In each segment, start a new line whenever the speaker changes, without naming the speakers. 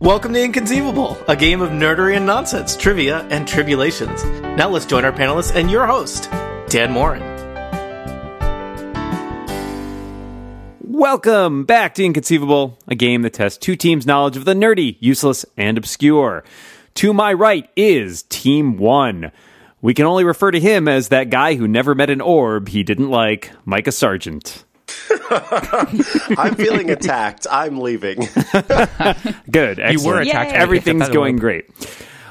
Welcome to Inconceivable, a game of nerdery and nonsense, trivia, and tribulations. Now let's join our panelists and your host, Dan Morin.
Welcome back to Inconceivable, a game that tests two teams' knowledge of the nerdy, useless, and obscure. To my right is Team One. We can only refer to him as that guy who never met an orb he didn't like, Micah Sargent.
I'm feeling attacked. I'm leaving.
Good, excellent.
were
Yay.
attacked when you picked
Everything's
up that
going
orb.
great.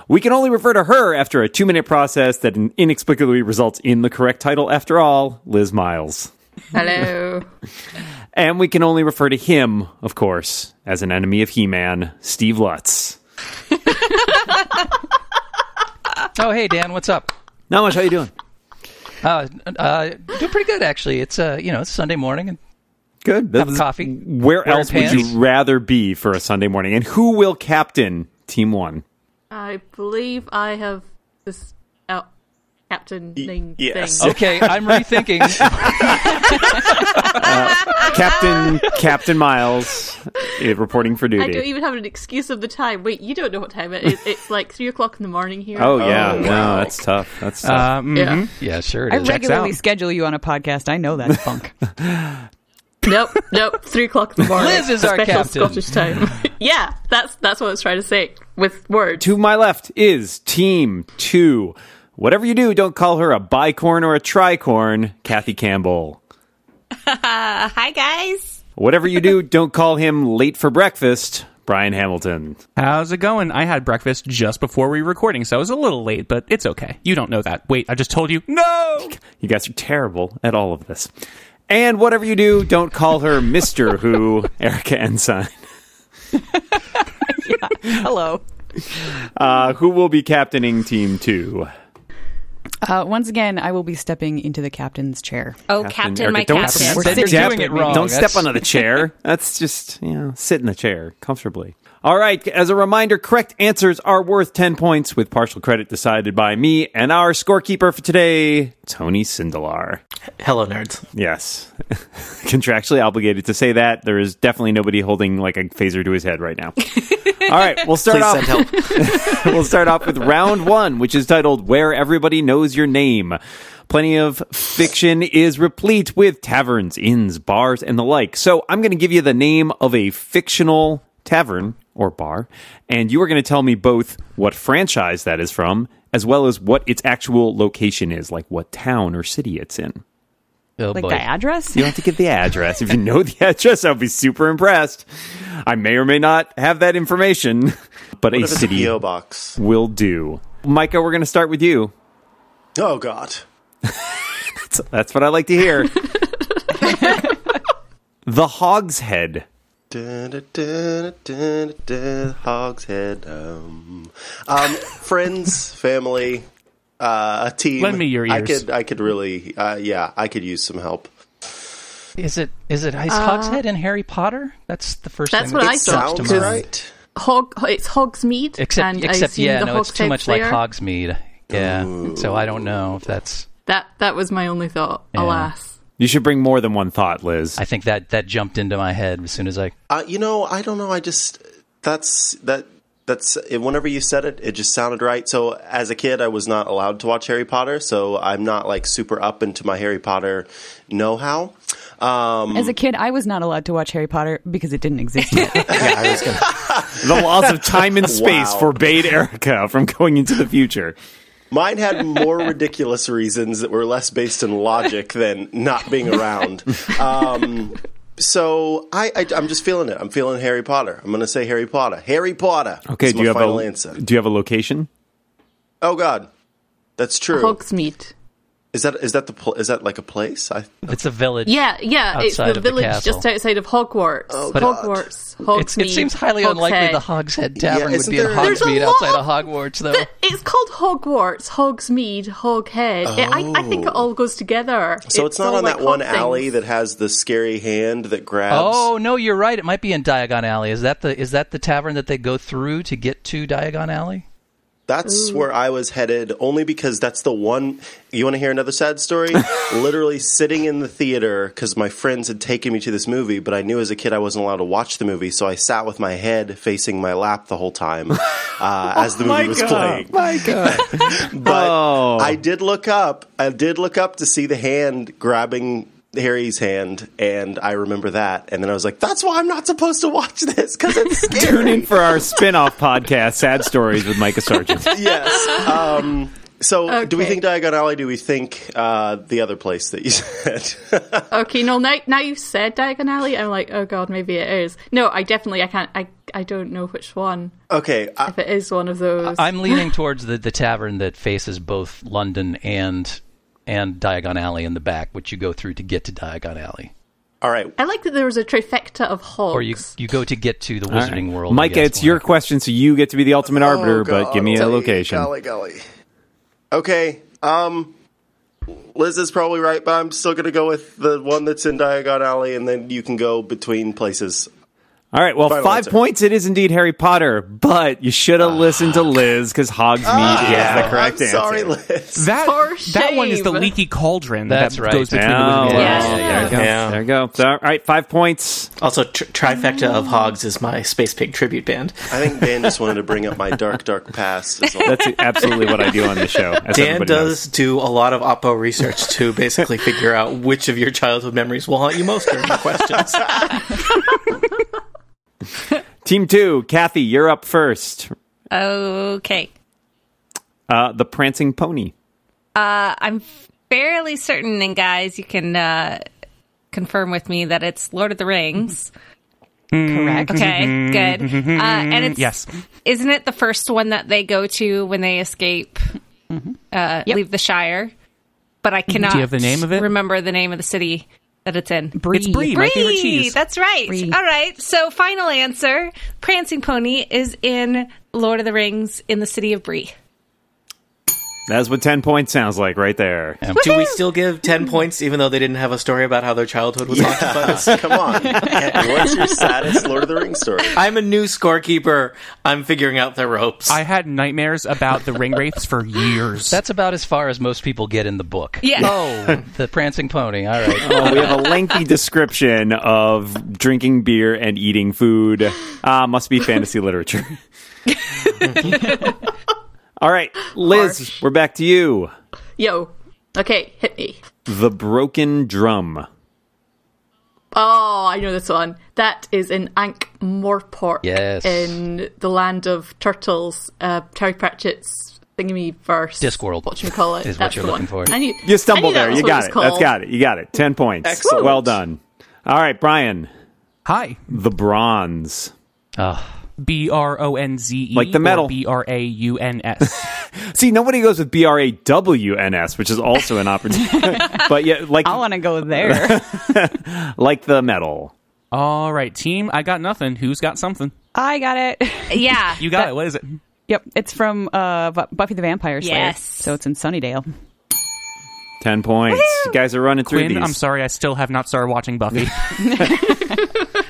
We can only refer to her after a two minute process that inexplicably results in the correct title after all, Liz Miles.
Hello.
And we can only refer to him, of course, as an enemy of He Man, Steve Lutz.
Oh, hey Dan, what's up?
Not much, how you doing?
Uh, uh, doing pretty good actually. It's uh, you know, it's Sunday morning and
Good.
cup of
This-
coffee.
Where
Wearing
else would
pants.
you rather be for a Sunday morning? And who will captain Team One?
I believe I have this out captaining
yes.
thing.
Okay, I'm rethinking.
Captain Captain Miles, eh, reporting for
I don't
duty.
even have an excuse of the time. Wait, you don't know what time it is. It's like three o'clock in the morning here.
Oh yeah,
Oh,
no,
wow.
that's tough. That's tough.
uh,
Um,
mhm.
Yeah.
Yeah, sure. It
I
is. Checks
regularly
out.
schedule you on a podcast. I know that funk.
Nope, nope. Three o'clock in the morning.
Liz is our
Special
captain.
Scottish time. yeah, that's that's what I was trying to say with words.
to my left is Team Two. Whatever you do, don't call her a bicorn or a tricorn, Kathy Campbell.
Hi guys.
Whatever you do, don't call him late for breakfast, Brian Hamilton.
How's
How's it going? I had breakfast just before we were recording, so I was a little late, but it's okay. You don't know that. Wait, I just told you. No!
You guys are terrible at all of this. And whatever you do, don't call her Mister Who, Erica Ensign.
Hello.
Uh, who will be captaining team two?
Uh, once again, I will be stepping into the captain's chair.
Oh, Captain,
Erica,
my
don't
captain.
Step,
Then you're
step-
doing it wrong.
Don't
That's-
step onto the chair. That's just, you know, sit in the chair comfortably. All right. As a reminder, correct answers are worth 10 points with partial credit decided by me and our scorekeeper for today, Tony Sindelar.
Hello, nerds.
Yes. Contractually obligated to say that. There is definitely nobody holding like a phaser to his head right now. All right. We'll start
Please send
off.
help.
we'll start off with round one, which is titled Where Everybody Knows Your Name. Plenty of fiction is replete with taverns, inns, bars, and the like. So I'm going to give you the name of a fictional tavern or bar, and you are going to tell me both what franchise that is from, as well as what its actual location is, like what town or city it's in.
Oh,
Like
boy.
the address?
You don't have to give the address. If you know the address, I'll be super impressed. I may or may not have that information, but a
If it's a
city
PO box.
will do. Micah, we're going to start with you.
Oh God.
That's what I like to hear. the Hogshead.
Da, da, da, da, da, da, Hogshead. Um, um, friends, family, uh, a team.
Lend me your
I
ears.
could, I could really, uh, yeah, I could use some help.
Is it is it Ice Hogshead in Harry Potter? That's the first
Uh, That's
thing
what
that
I
jumps
thought.
to
Sounds
mind.
right.
Hog, it's Hogsmeade.
Except
and I
except
assume
yeah,
the
no, it's too
Hogshead's
much
there.
like Hogsmeade. Yeah. So I don't know if that's
That that was my only thought. Alas,
You should bring more than one thought, Liz.
I think that that jumped into my head as soon as I
Uh, you know, I don't know. I just that's that that's whenever you said it, it just sounded right. So as a kid, I was not allowed to watch Harry Potter, so I'm not like super up into my Harry Potter know-how. Um,
As a kid, I was not allowed to watch Harry Potter because it didn't exist yet.
the laws of time and space
Wow.
forbade Erica from going into the future.
mine had more ridiculous reasons that were less based in logic than not being around. Um, so I, I I'm just feeling it. I'm feeling Harry Potter. I'm going to say Harry Potter. Harry Potter.
Okay,
is
do
my
you have
final
a
answer?
do you have a location?
Oh God, that's true.
Hogsmeade.
Is that is that the pl- is that like a place? I
it's a village.
Yeah, yeah. It's
Outside
the
of the
village
castle.
just outside of Hogwarts.
But-
Hogwarts. Hogsmeade.
It's, it seems highly unlikely the
Hogshead.
Hogshead Tavern would
isn't
be in
there- There's
a
Hogsmeade
lot
outside
of-
of Hogwarts, though.
Th- it's called Hogwarts, Hogsmeade, Hoghead. It- I, I think it all goes together.
So it's, not
all
on
like
that one
hog things.
alley that has the scary hand that grabs.
Oh no, you're right. It might be in Diagon Alley. Is that the is that the tavern that they go through to get to Diagon Alley?
That's where I was headed, only because that's the one. You want to hear another sad story? Literally sitting in the theater because my friends had taken me to this movie, but I knew as a kid I wasn't allowed to watch the movie, so I sat with my head facing my lap the whole time uh, as the movie was playing.
Oh My God.
But
Oh.
I did look up. I did look up to see the hand grabbing Harry's hand, and I remember that. And then I was like, "That's why I'm not supposed to watch this because it's scary."
Tune in for our spin-off podcast, Sad Stories with Micah Sargent.
yes. Um, so, do we
Okay.
think Diagon Alley? Do we think uh, the other place that you said?
Okay, no, now, now you've said Diagon Alley, I'm like, oh god, maybe it is. No, I definitely, I can't, I, I don't know which one.
okay, uh, I,
If it is one of those.
I'm leaning towards the, the tavern that faces both London and and Diagon Alley in the back, which you go through to get to Diagon Alley,
all right.
I like that there was a trifecta of hogs.
or you you go to get to the Wizarding World. I
Micah,
guess,
it's your
one.
question, so you get to be the ultimate arbiter,
Oh,
but
God,
give me a
golly,
location.
Golly, golly. Okay. Um, Liz is probably right, but I'm still going to go with the one that's in Diagon Alley, and then you can go between places.
All right, well,
Final
five
answer.
points. It is indeed Harry Potter, but you should have listened to Liz because Hogsmeade is the correct
Ah. I'm
answer.
sorry, Liz.
That
For
that one is the
shame.
leaky cauldron.
That's
that
right.
Goes between the
Oh,
Wizarding
well,
World.
Yeah.
There you go.
Yeah.
There you go. So, all right, five points.
Also, tr- Trifecta of Hogs is my Space Pig tribute band.
I think Dan just wanted to bring up my dark, dark past. as well.
That's absolutely what I do on the show. as
Dan
everybody
does do a lot of oppo research to basically figure out which of your childhood memories will haunt you most during the questions.
knows. Team two, Kathy, you're up first.
Okay.
Uh, the prancing pony.
Uh, I'm fairly certain, and guys, you can uh, confirm with me that it's Lord of the Rings.
Mm-hmm.
Correct.
Okay, good. Uh, and it's
Yes.
isn't it the first one that they go to when they escape,
Mm-hmm.
uh,
Yep.
leave the Shire? But I cannot.
have the name of it?
Remember the name of the city that it's in.
Brie.
It's Brie, my favorite cheese.
That's right.
Bree.
All right. So, final answer: Prancing Pony is in Lord of the Rings in the city of Bree.
That's what 10 points sounds like right there.
Do we still give 10 points even though they didn't have a story about how their childhood was haunted by this?
Come on. What's your saddest Lord of the Rings story?
I'm a new scorekeeper. I'm figuring out the ropes.
I had nightmares about the ring wraiths for years.
That's about as far as most people get in the book.
Yeah.
Oh, the prancing pony. All right.
Well, Uh, we have a lengthy description of drinking beer and eating food. Ah, must be fantasy literature. All right, Liz, we're back to you.
Yo. Okay, hit me.
The broken drum.
Oh, I know this one. That is in Ankh Morpork
Yes.
in the land of turtles, uh, Terry Pratchett's thingy verse.
Discworld
What you call it?
is what
That's
you're
the
looking
one.
for.
I knew,
You
I
stumbled
knew that
there.
was
You
what
got
was
it. That's
called.
got it. You got it. 10 points.
Excellent.
Well done. All right, Brian,
Hi.
the bronze.
Oh,
B R O N Z E.
Like the metal.
B R A U N S.
See, nobody goes with B R A W N S, which is also an opportunity. but yeah, like
I want to go there.
like the metal.
All right, team. I got nothing. Who's got something?
I got it.
Yeah.
You got it. What is it?
Yep, it's from uh, Bu- Buffy the Vampire Slayer.
Yes.
so it's in Sunnydale.
10 points. You guys are running through
Quinn,
these.
I'm sorry. I still have not started watching Buffy.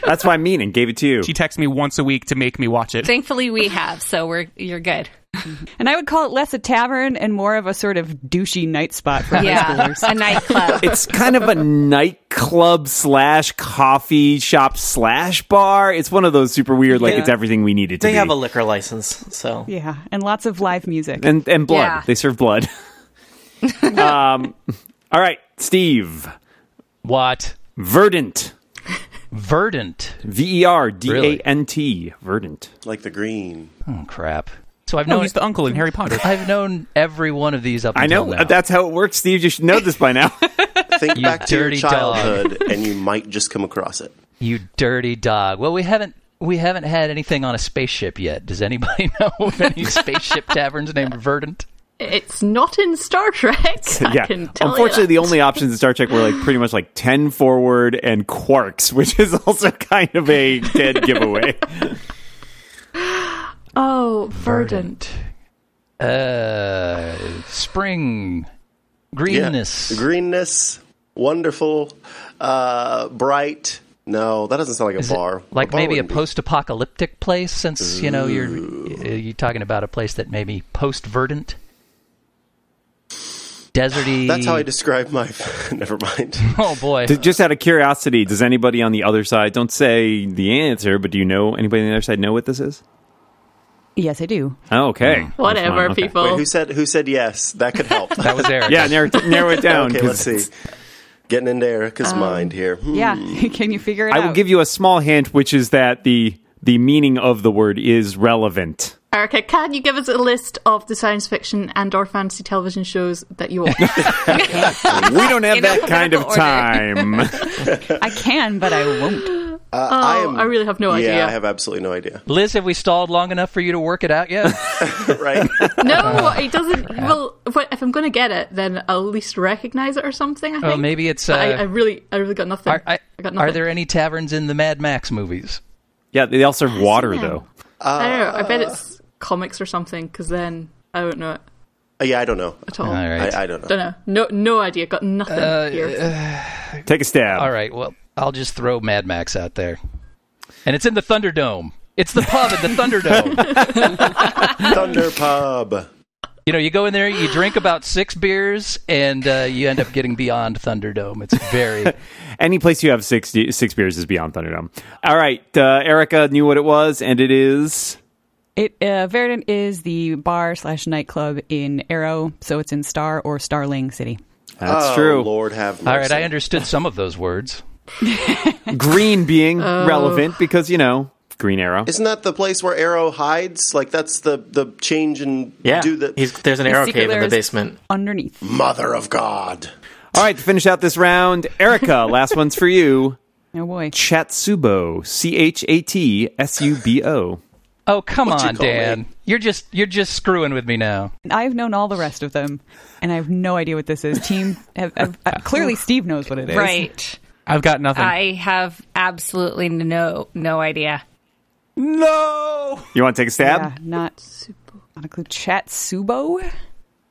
That's why I mean and gave it to you.
she texts me once a week to make me watch it.
Thankfully, we have. So we're you're good.
And I would call it less a tavern and more of a sort of douchey night spot for high
Yeah.
schoolers.
A nightclub.
it's kind of a nightclub slash coffee shop slash bar. It's one of those super weird, like
Yeah.
it's everything we needed to
they
be.
have a liquor license, so.
Yeah, and lots of live music.
and and blood.
Yeah.
They serve blood. um, all right, Steve
what?
Verdant.
Verdant.
V E R D A N T. Verdant.
Like the green.
Oh crap. So I've
No,
known
he's the uncle in Harry Potter.
I've known every one of these up.
I know uh,
until now.
that's how it works, Steve. You should know this by now.
Think back to your
dirty dog.
childhood, and you might just come across it.
You dirty dog. Well, we haven't we haven't had anything on a spaceship yet. Does anybody know of any spaceship taverns named Verdant?
It's not in Star Trek. I
yeah.
can tell you
Unfortunately,
that.
the only options in Star Trek were like pretty much like ten forward and quarks, which is also kind of a dead giveaway.
Oh, verdant.
Uh, spring, greenness.
Yeah. Greenness. Wonderful. Uh, bright. No, that doesn't sound like a
Is it
bar.
Like
bar
maybe a
wouldn't be-
post-apocalyptic place, since you know you're Are you talking about a place that may be post-verdant, deserty?
That's how I describe my. Never mind.
Oh boy.
D- Just out of curiosity, does anybody on the other side, don't say the answer, but do you know anybody on the other side know what this is?
Yes, I do.
Oh, okay.
Whatever,
That's fine. Okay.
people.
Wait, who said who said yes? That could help.
that was Eric.
Yeah, narrow, narrow it down.
okay,
'cause
let's see. Getting into Erica's mind here. Hmm.
Yeah, can you figure it
I
out?
will give you a small hint, which is that the the meaning of the word is relevant.
Erica, can you give us a list of the science fiction and or fantasy television shows that you watch?
We don't have
In
that
alphabetical
kind of
order.
time.
I can, but I won't.
Uh, I, am,
Oh, I really have no
yeah,
idea.
I have absolutely no idea.
Liz, have we stalled long enough for you to work it out yet?
Right?
no, it doesn't. Well, if I- if I'm going to get it, then I'll at least recognize it or something. I think.
well, maybe it's. Uh,
But I, I really, I really got nothing.
are, I-
I got nothing.
are there any taverns in the Mad Max movies?
yeah, they all serve water
Yeah.
though.
I don't know. I bet it's comics or something. Because then I don't know it
Uh, yeah, I don't know.
at all.
All right.
I, I don't know.
Don't know. No, no idea. Got nothing here.
Take a stab.
All right. Well, I'll just throw Mad Max out there, and it's in the Thunderdome. It's the pub at the Thunderdome.
Thunder Pub.
you know, you go in there, you drink about six beers, and uh, you end up getting beyond Thunderdome. It's very
Any place you have six six beers is beyond Thunderdome. All right, uh, Erica knew what it was, and it is
It uh, Verdant is the bar slash nightclub in Arrow, so it's in Star or Starling City.
that's
Oh,
true.
Lord have mercy.
all right. I understood some of those words.
Green being relevant because you know Green Arrow.
Isn't that the place where Arrow hides? Like that's the the change in
Yeah,
do the
He's, there's an arrow
secret
cave in the
lair is-
basement.
Underneath.
mother of God.
All right, to finish out this round, Erica, last one's for you.
Oh boy.
Chatsubo, C H A T S U B O.
Oh come
What you
on,
call
Dan!
me?
You're just you're just screwing with me now.
I've known all the rest of them, and I have no idea what this is. Team, have, have, uh, clearly Steve knows what it is.
Right.
I've got nothing.
I have absolutely no no idea.
no.
You want to take a stab?
Yeah, not not a clue. Chatsubo.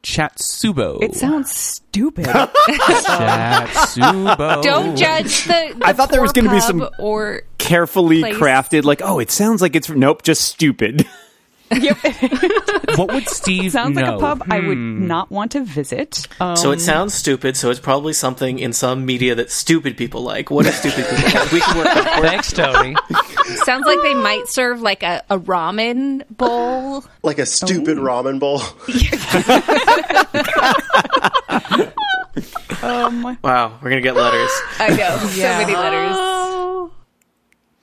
Chatsubo.
It sounds stupid.
Chatsubo.
Don't judge the. the
I thought there
poor
was gonna be
pub
some-
or
Carefully
Place.
crafted, like, oh, it sounds like it's nope, just stupid.
What would Steve
sounds like
know?
a pub I would not want to visit. Um,
So it sounds stupid. So it's probably something in some media that stupid people like. What do stupid people like? We can work. on it.
Thanks, Tony.
sounds like they might serve like a, a ramen bowl.
Like a stupid ramen bowl.
um,
Wow, we're gonna get letters.
I know
Yeah.
so many letters.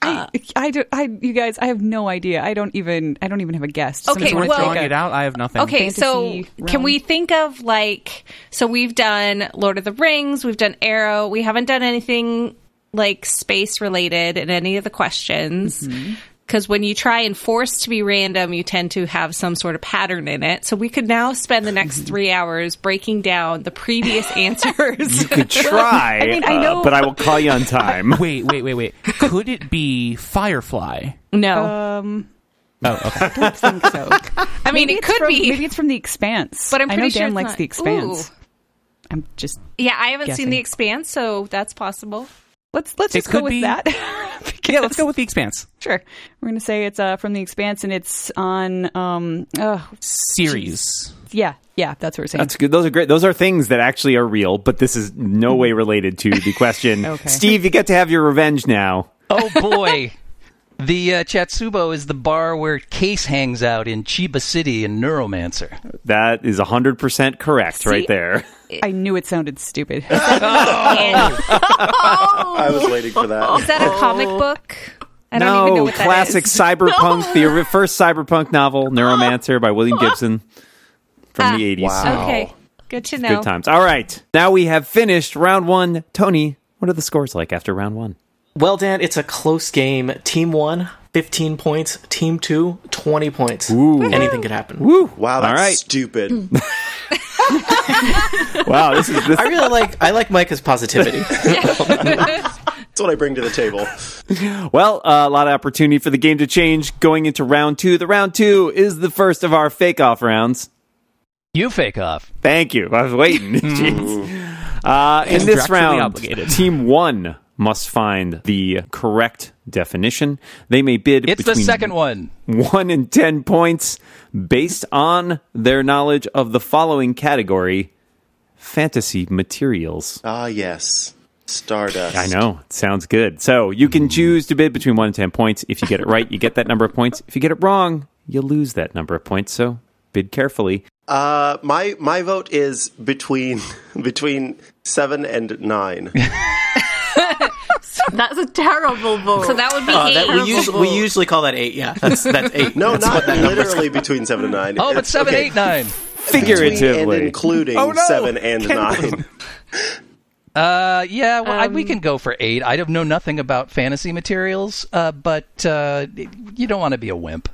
I, I don't. I you guys, I have no idea. I don't even. I don't even have a guess. Does
Okay,
somebody
well-
wanna
Drawing
take
it
a-
out, I have nothing.
Okay, so
Fantasy realm.
can we think of like so we've done Lord of the Rings, we've done Arrow, we haven't done anything like space related in any of the questions.
Mm-hmm.
Because when you try and force to be random, you tend to have some sort of pattern in it. So we could now spend the next three hours breaking down the previous answers.
Could try,
I mean, I
uh,
know-
but I will call you on time.
Wait, wait, wait, wait. Could it be Firefly?
no,
Um,
Oh, okay.
I think so.
I mean it
It's
could
from-
be,
Maybe it's from The Expanse.
but I'm
I
pretty
know
sure
Dan
it's
likes
not.
The Expanse.
Ooh.
I'm just
Yeah, I haven't
Guessing.
seen The Expanse, so that's possible.
let's let's
It
just go
could
with
be-
that.
yeah, let's go with the Expanse
Sure. We're going to say it's uh, from The Expanse and it's on. Um, uh,
series.
yeah, yeah, that's what we're saying.
That's good. Those are great. Those are things that actually are real, but this is no way related to the question.
Okay.
Steve, you get to have your revenge now.
Oh boy. The uh, Chatsubo is the bar where Case hangs out in Chiba City in Neuromancer.
That is 100% correct right there.
I knew it sounded stupid. Oh.
And-
I was waiting for that.
Is that a comic book? I don't
Oh. no,
even know what that
classic
is.
cyberpunk, the ori- first cyberpunk novel, Neuromancer by William Gibson from the 80s.
Wow.
Ah, Okay, good to know.
Good times. All right. Now we have finished round one. Tony, what are the scores like after round one?
Well, Dan, it's a close game. Team one, 15 points. Team two, 20 points. Anything could happen.
Woo.
Wow, that's
All right.
stupid.
Wow. This is, this,
I really like I like Micah's positivity.
That's what I bring to the table.
well, uh, a lot of opportunity for the game to change going into round two. The round two is the first of our fake off rounds.
You fake off.
Thank you. I was waiting. Jeez. Uh, in this
Contractually
round,
obligated.
Team One must find the correct definition. They may bid
It's the
between
second one.
one and 10 points based on their knowledge of the following category fantasy materials.
Ah, yes. Stardust.
I know, it sounds good. So you can choose to bid between one and 10 points. If you get it right, you get that number of points. If you get it wrong, you lose that number of points. So bid carefully.
Uh, my my vote is between between seven and nine.
That's a terrible vote.
So that would be
Uh,
eight.
that we, usu- we usually call that eight. Yeah, that's that's eight.
No,
that's
not literally between seven and nine.
Oh, but
It's-
seven,
okay,
eight, nine.
Between and
Figuratively.
including
Oh, no.
seven and
Can't
nine.
Uh, yeah, well, I, we
Um,
can go for eight. I don't know nothing about fantasy materials, uh, but uh, you don't want to be a wimp.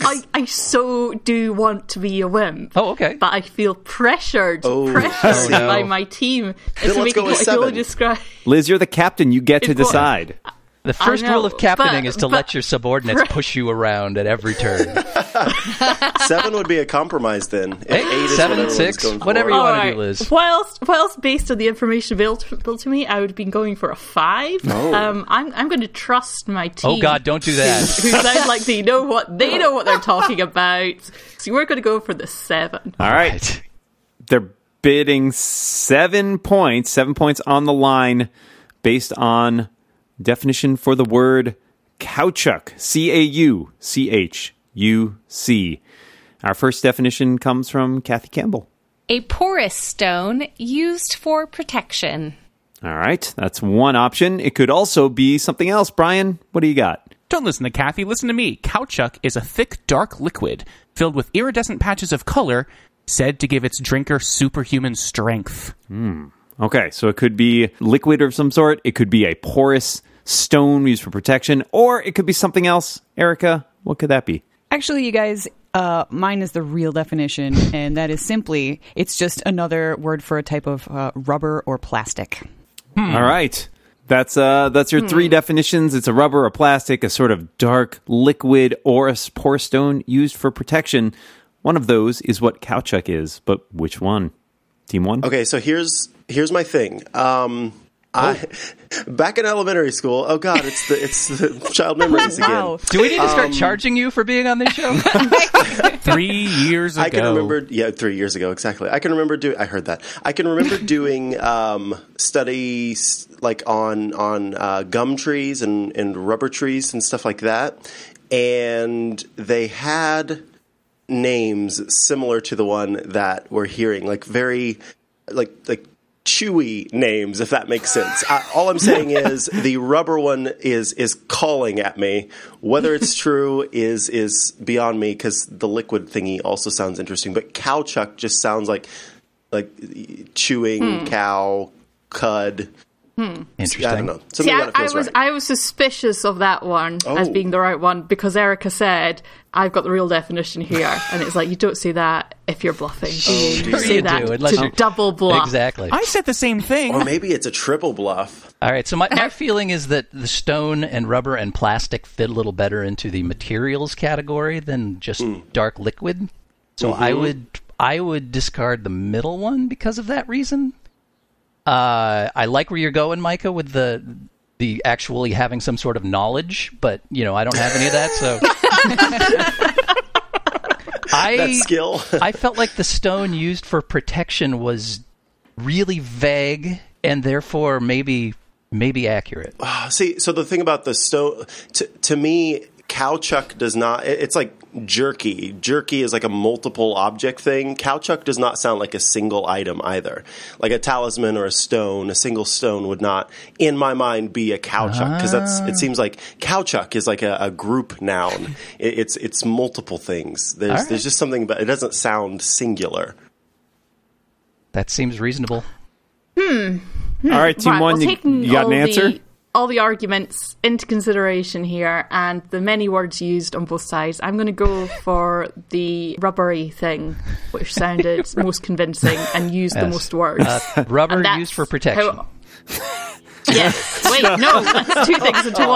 I, I so do want to be a wimp.
Oh, okay.
But I feel pressured,
Oh,
pressured
no.
by my team
let's
into making
go with
what I will
seven.
describe.
Liz, you're the captain. You get to
It's what-
decide.
The first
I know,
rule of captaining
but-
is to let
but-
your subordinates push you around at every turn.
seven would be a compromise then. If
Eight,
is
seven,
what everyone's
six,
going for.
whatever you wanna do, Liz?
Whilst, whilst based on the information available to me, I would have been going for a five. Um, I'm, I'm going to trust my team.
Oh, God, don't do that.
Who sound like they know what they know what they're talking about. So we're going to go for the seven.
All right. They're bidding seven points, seven points on the line based on definition for the word cowchuck. C A U C H U C. Our first definition comes from Kathy Campbell.
a porous stone used for protection.
All right. That's one option. It could also be something else. Brian, what do you got?
Don't listen to Kathy, listen to me. Cowchuck is a thick, dark liquid filled with iridescent patches of color said to give its drinker superhuman strength.
Okay. So it could be liquid of some sort, it could be a porous stone used for protection, or it could be something else. Erica, what could that be?
Actually, you guys, uh, mine is the real definition, and that is simply it's just another word for a type of uh, rubber or plastic.
All right. That's uh that's your three definitions. It's a rubber, a plastic, a sort of dark liquid, or a spore stone used for protection. One of those is what cowchuck is, but which one? Team one?
Okay, so here's here's my thing. Um, I
Oh.
back in elementary school. Oh God, it's the it's the child memories again.
Wow.
Do we need to
Um,
start charging you for being on this show?
Three years ago.
I can remember, yeah, three years ago exactly. I can remember doing. I heard that. I can remember doing um, studies like on on uh, gum trees and and rubber trees and stuff like that, and they had names similar to the one that we're hearing, like very like like chewy names if that makes sense I, all i'm saying is the rubber one is is calling at me whether it's true is is beyond me because the liquid thingy also sounds interesting but cowchuck just sounds like like chewing
Hmm.
cow cud
Interesting.
i don't know something
See, I,
that
I
feels
was
right
I was suspicious of that one as
Oh.
being the right one because Erica said I've got the real definition here, and it's like you don't say that if you're bluffing. Oh, you
Sure
say
you
that
Oh, do, unless
to
you-
double bluff.
Exactly.
I said the same thing.
or maybe it's a triple bluff
All right. So my, my feeling is that the stone and rubber and plastic fit a little better into the materials category than just dark liquid. So I would I would discard the middle one because of that reason. Uh, I like where you're going, Micah, with the the actually having some sort of knowledge, but you know I don't have any of that, so. I,
that skill
I felt like the stone used for protection was really vague and therefore maybe maybe accurate.
See, so the thing about the stone, to, to me, cowchuck does not. it- It's like jerky. Jerky is like a multiple object thing. Cowchuck does not sound like a single item either. Like a talisman or a stone, a single stone would not, in my mind, be a cowchuck because that's. It seems like cowchuck is like a, a group noun. It, it's it's multiple things. There's
right.
there's just something about it doesn't sound singular.
That seems reasonable.
All right, team
Hmm. Right,
one,
well,
you,
taking
you got an
all
answer?
The, all the arguments into consideration here, and the many words used on both sides, I'm going to go for the rubbery thing, which sounded most convincing and used the
Yes.
most words.
Uh,
Rubber
And that's
used for protection.
how- yes. Wait, no, that's two things
Oh.
into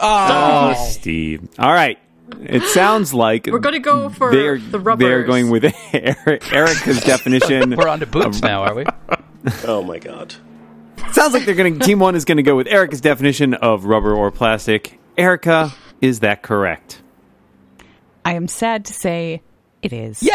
one.
Steve. All right. It sounds like
Oh. We're going to go for
they're,
the rubber.
they're going with Erica's definition.
We're on to boots now, are we?
Oh my god.
Sounds like they're going to team one is going to go with Erica's definition of rubber or plastic. Erica, is that correct?
I am sad to say it is.
Yay!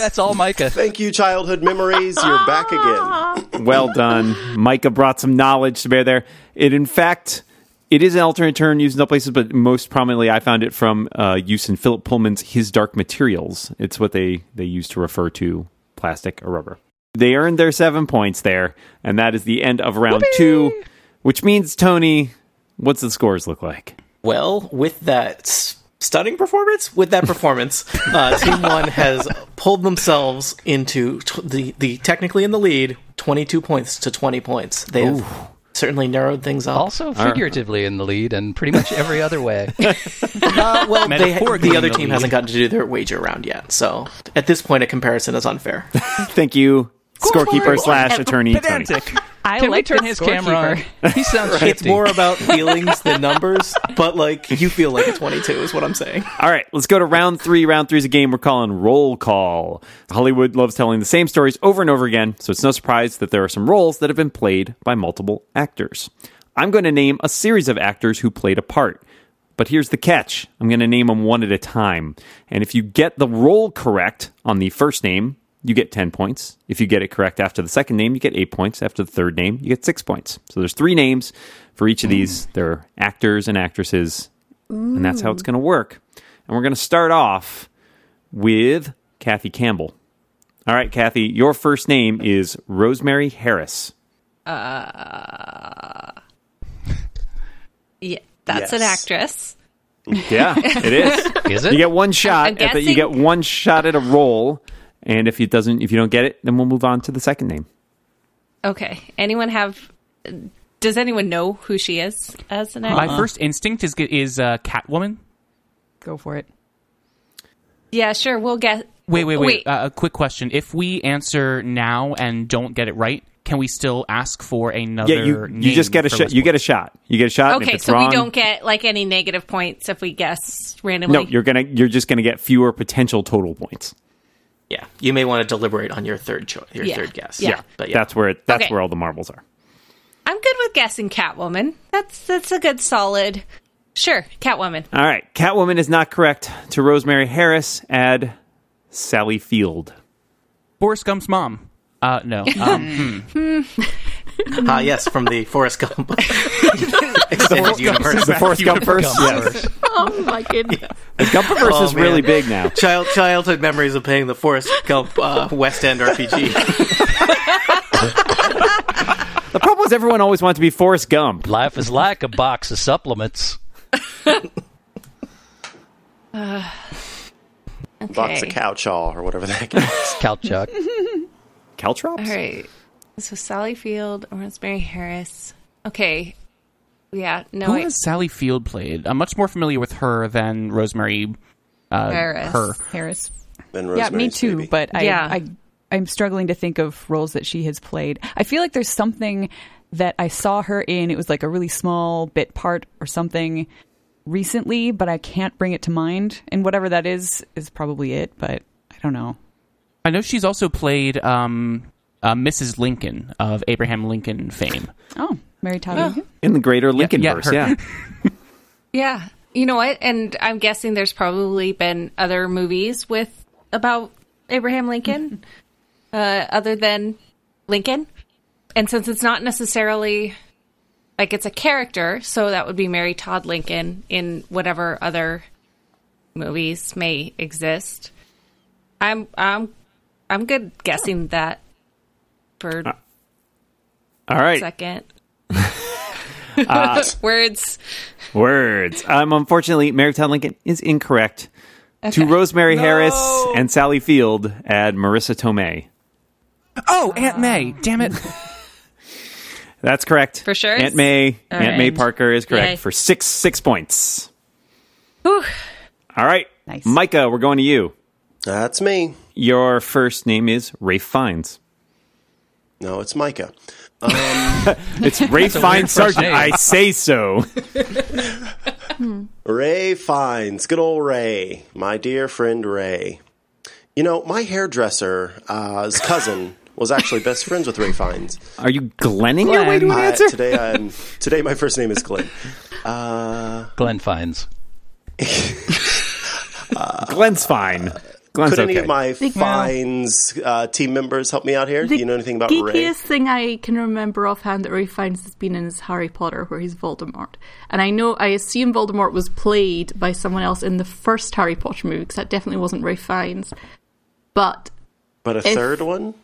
That's all Micah.
Thank you, childhood memories. You're back again.
Well done. Micah brought some knowledge to bear there. It, in fact, it is an alternate term used in other places, but most prominently I found it from uh, use in Philip Pullman's His Dark Materials. It's what they, they use to refer to plastic or rubber. They earned their seven points there, and that is the end of round two, which means, Tony, what's the scores look like?
Well, with that s- stunning performance, with that performance, uh, Team One has pulled themselves into tw- the the technically in the lead, twenty two points to twenty points. They have certainly narrowed things up.
Also figuratively in the lead and pretty much every other way.
Uh, well, they,
Metaphorically
the other
in the
team hasn't
lead.
gotten to do their wager round yet, so at this point, a comparison is unfair.
Thank you, scorekeeper slash attorney Tony.
Pedantic.
I
Can we
like
turn
this
his camera
scorekeeper.
on? He sounds shifty.
It's more about feelings than numbers, but like you feel like a twenty two is what I'm saying.
All right, let's go to round three. Round three is a game we're calling Roll Call. Hollywood loves telling the same stories over and over again, so it's no surprise that there are some roles that have been played by multiple actors. I'm going to name a series of actors who played a part. But here's the catch I'm going to name them one at a time. And if you get the role correct on the first name, you get 10 points. If you get it correct after the second name, you get 8 points. After the third name, you get 6 points. So there's three names for each of these. There are actors and actresses, and that's how
Mm.
it's going to work. And we're going to start off with Kathy Campbell. All right, Kathy, your first name is Rosemary Harris.
Yeah, that's an
Yes.
actress.
Yeah, it is.
Is
You
it?
get one shot.
I'm
at the, you get
guessing-
one shot at a roll, and if it doesn't, if you don't get it, then we'll move on to the second name.
Okay. Anyone have? Does anyone know who she is as an
My
Uh-huh.
actress?
first instinct is is uh, Catwoman.
Go for it.
Yeah, sure. We'll get.
Wait, wait, wait.
Wait.
Uh, a quick question: If we answer now and don't get it right, can we still ask for another?
Yeah, you you
name
just get a
for
shot.
less
You get a
points?
shot. You get a shot. and if
Okay,
it's
so
wrong,
we don't get like any negative points if we guess randomly.
No, you're gonna you're just gonna get fewer potential total points.
Yeah, you may want to deliberate on your third choice, your
Yeah.
third guess.
Yeah.
but yeah,
That's where it, that's
Okay.
where all the marbles are.
I'm good with guessing Catwoman. That's that's a good solid. Sure, Catwoman.
All right, Catwoman is not correct. To Rosemary Harris, add Sally Field.
Forrest Gump's mom. Uh, no. Um,
ah yes, from the Forrest Gump extended universe.
The Forrest Gumperverse. Yes.
Oh my goodness.
The Gumperverse
Oh,
is really
man.
big now.
Child, childhood memories of playing the Forrest Gump uh, West End RPG.
The problem is everyone always wanted to be Forrest Gump.
Life is like a box of supplements.
Box of
Okay.
cow chaw or whatever that is.
Calchuck.
Caltrops?
All right. So Sally Field, Rosemary Harris. Okay. Yeah. No.
who
wait.
has Sally Field played? I'm much more familiar with her than Rosemary. Uh,
Harris.
Her.
Harris.
Then
Yeah, me
Rosemary's
too.
Baby.
But I,
Yeah.
I, I'm struggling to think of roles that she has played. I feel like there's something that I saw her in. It was like a really small bit part or something recently, but I can't bring it to mind. And whatever that is is probably it. But I don't know.
I know she's also played um, uh, Mrs. Lincoln of Abraham Lincoln fame.
Oh, Mary Todd.
In the greater Lincolnverse,
yeah,
yeah.
her.
Yeah. You know what? And I'm guessing there's probably been other movies with about Abraham Lincoln, uh, other than Lincoln. And since it's not necessarily like it's a character, so that would be Mary Todd Lincoln in whatever other movies may exist. I'm I'm I'm good guessing that for
All right.
a second. Words.
Words. Um, unfortunately, Mary Todd Lincoln is incorrect. To Rosemary Harris and Sally Field, add Marissa Tomei.
Oh, Aunt May. Damn it.
That's correct.
For sure?
Aunt May.
All
Aunt May
right.
Parker is correct
Yay.
for six six points.
Whew.
All right.
Nice.
Micah, we're going to you.
That's me.
Your first name is Rafe Fines.
No, it's Micah. Um,
It's Rafe Fines
first
Sergeant.
name.
I say so.
Ray Fines, good old Ray, my dear friend Ray. You know, my hairdresser's uh, cousin was actually best friends with Ray Fiennes.
Are you glenning your way to an
Uh,
answer?
today, I'm today. My first name is Glenn.
Glenn Fines.
Glenn's fine. Glenn's
Could any
okay.
of uh, my Fiennes uh, team members help me out here? Do you know anything about
geekiest
Ray?
thing I can remember offhand that Ray finds has been in is Harry Potter, where he's Voldemort. And I know, I assume Voldemort was played by someone else in the first Harry Potter movie, because that definitely wasn't Ray Fiennes. But
But a third one?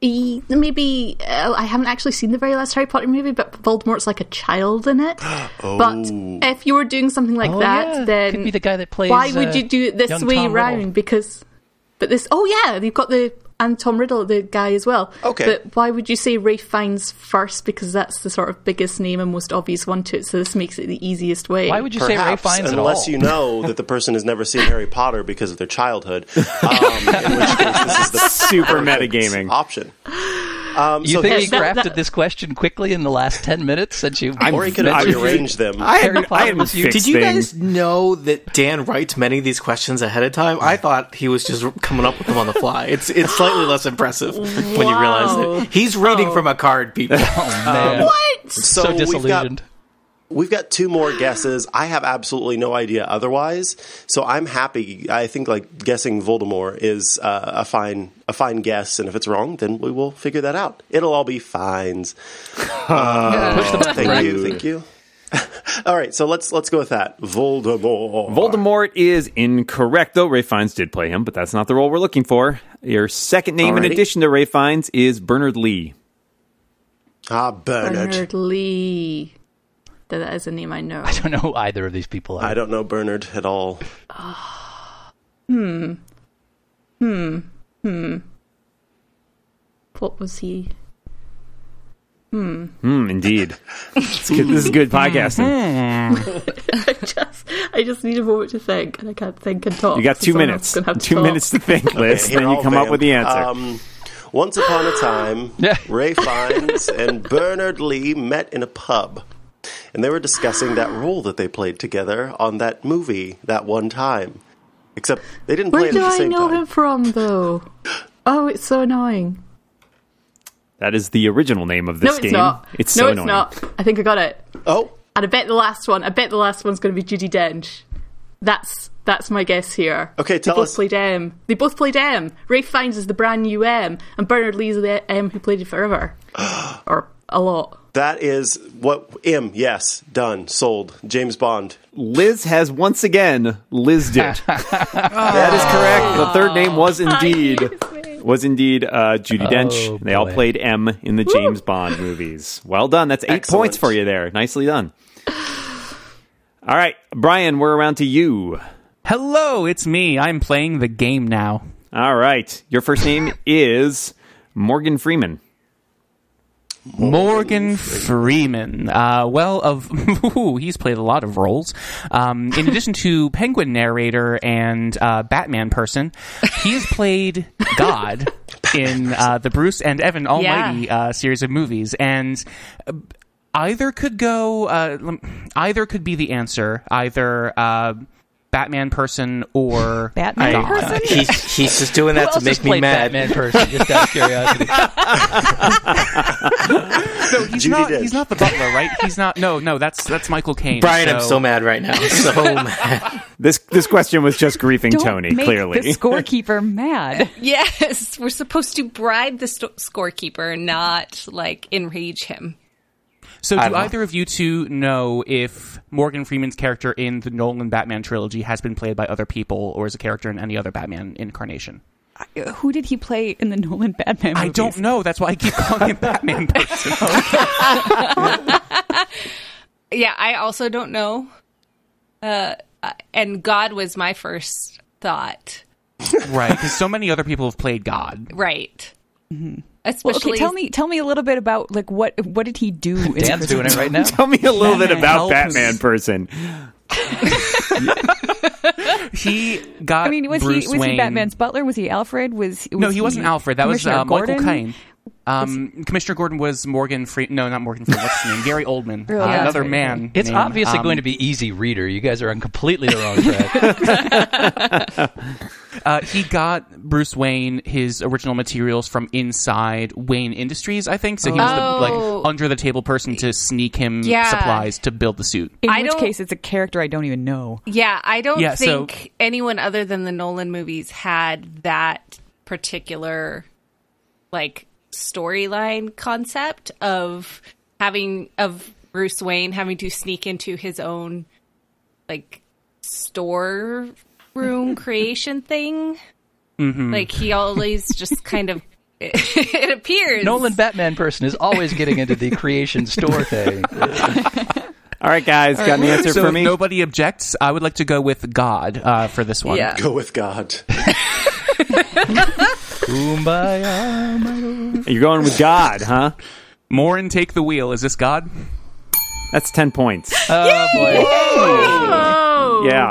he, maybe uh, I haven't actually seen the very last Harry Potter movie, but Voldemort's like a child in it. But if you were doing something like
Oh,
that,
yeah.
then
Could be the guy that plays,
Why would
uh,
you do it this
young
way
Tom
round?
Riddle.
Because, but this. Oh yeah, you've got the and Tom Riddle, the guy as well.
Okay.
But why would you say Ray Fiennes first? Because that's the sort of biggest name and most obvious one to it. So this makes it the easiest way.
Why would you say Ray
Perhaps,
Fines at all?
unless you know that the person has never seen Harry Potter because of their childhood, um, in which case this is the
Super
perfect
metagaming.
option. Um,
You
so
think he
that-
crafted
that-
this question quickly in the last ten minutes since you?
or he could have
I'm-
rearranged them.
I hadn't,
Harry
I
Potter
hadn't
was you.
fixed
Did
Did you
things.
guys know that Dan writes many of these questions ahead of time? I thought he was just coming up with them on the fly. It's it's slightly less impressive when you realize
Wow.
that he's reading from a card, people.
oh man,
What?
so
so
we've got
disillusioned.
We've got two more guesses. I have absolutely no idea otherwise, so I'm happy. I think like guessing Voldemort is uh, a fine a fine guess, and if it's wrong, then we will figure that out. It'll all be fines. Uh,
Push the button,
Thank
right?
you, thank you. all right, so let's let's go with that. Voldemort.
Voldemort is incorrect, though. Ray Fiennes did play him, but that's not the role we're looking for. Your second name, in
Alrighty.
addition to Ray Fiennes, is Bernard Lee.
ah, Bernard.
Bernard Lee. That- That is a name I know.
I don't know who either of these people
I
are.
don't know Bernard at all.
What was he?
Hmm, indeed. It's good- This is good podcasting.
just, I just need a moment to think, and I can't think and talk.
You got
so
two
someone
minutes.
else is gonna have to
Two
talk.
minutes to think, Liz.
Here,
then you
I'll
come up
vamp.
with the answer.
Um, once upon a time,
Yeah.
Ray Fiennes and Bernard Lee met in a pub, and they were discussing that role that they played together on that movie that one time. Except they didn't play
Where
it at
do
the
I
same
know
time.
him from, though? Oh, it's so annoying.
that is the original name of this
no, it's
game.
not.
It's
no,
so
it's
annoying.
not. I think I got it.
Oh,
And I bet the last one. I bet the last one's going to be Judy Dench. That's that's my guess here.
Okay, tell
they
us.
both played M. They both played M. Ray Fiennes is the brand new M, and Bernard Lee's the M who played it forever, or a lot.
that is what M. Yes, done, sold. James Bond.
Liz has once again Liz it. that is correct. The third name was indeed was indeed uh, Judy Dench.
Oh,
they all
boy.
played M in the James Bond movies. Well done. That's eight
Excellent.
points for you there. Nicely done. All right, Brian, we're around to you.
Hello, it's me. I'm playing the game now.
All right, your first name is Morgan Freeman.
Morgan Freeman. Uh, well, of ooh, he's played a lot of roles. Um, in addition to Penguin narrator and uh, Batman person, he has played God in uh, the Bruce and Evan Almighty uh, series of movies, and uh, either could go. Uh, lem- either could be the answer. Either. Uh, Batman person or
Batman
God.
person?
He's, he's just doing
Who
that to
else has
make me
played
mad.
Batman person? Just out of curiosity.
No, he's
Judi
not.
Dench.
He's not the butler, right? He's not. No, no, that's that's Michael Caine.
Brian, I'm so mad right now. So mad.
This this question was just griefing
Don't
Tony.
make
clearly,
the scorekeeper mad.
Yes, we're supposed to bribe the sto- scorekeeper, not like enrage him.
So,
I
do
don't know.
either of you two know if Morgan Freeman's character in the Nolan Batman trilogy has been played by other people or is a character in any other Batman incarnation?
Who did he play in the Nolan Batman?
I don't
movies?
know. That's why I keep calling him Batman person.
Yeah, I also don't know. Uh, uh, and God was my first thought.
right, because so many other people have played God.
Right. Mm-hmm.
Well,
Especially
okay, tell me, tell me a little bit about like what what did he do? in
Dan's
prison?
doing it right now.
tell me a little bit
Batman
about
helps.
Batman person.
He got.
I mean, was
Bruce
he was
Wayne.
he Batman's butler? Was he Alfred? Was, was
No, he wasn't Alfred. That was
Commissioner
uh, Michael
Gordon?
Caine. Um, Commissioner Gordon was Morgan Free. No, not Morgan Freeman. What's his name? Gary Oldman.
Really?
Uh,
Yeah.
another man.
It's
named,
obviously
um,
going to be easy reader. You guys are on completely the wrong track.
uh, he got Bruce Wayne his original materials from inside Wayne Industries, I think. So he was the
Oh.
like under the table person to sneak him
Yeah.
supplies to build the suit.
In
I
which
don't-
case, it's a character I don't even know.
Yeah, I don't
Yeah, so-
think anyone other than the Nolan movies had that particular like storyline concept of having of Bruce Wayne having to sneak into his own like store room creation thing.
Mm-hmm.
Like he always just kind of it appears
Nolan Batman person is always getting into the creation store thing.
All right, guys, got an answer
so
for
if
me?
nobody objects, I would like to go with God uh, for this one.
Yeah.
Go with God.
Kumbaya.
You're going with God, huh?
Morin, take the wheel. Is this God?
That's 10 points.
Oh, boy.
yeah.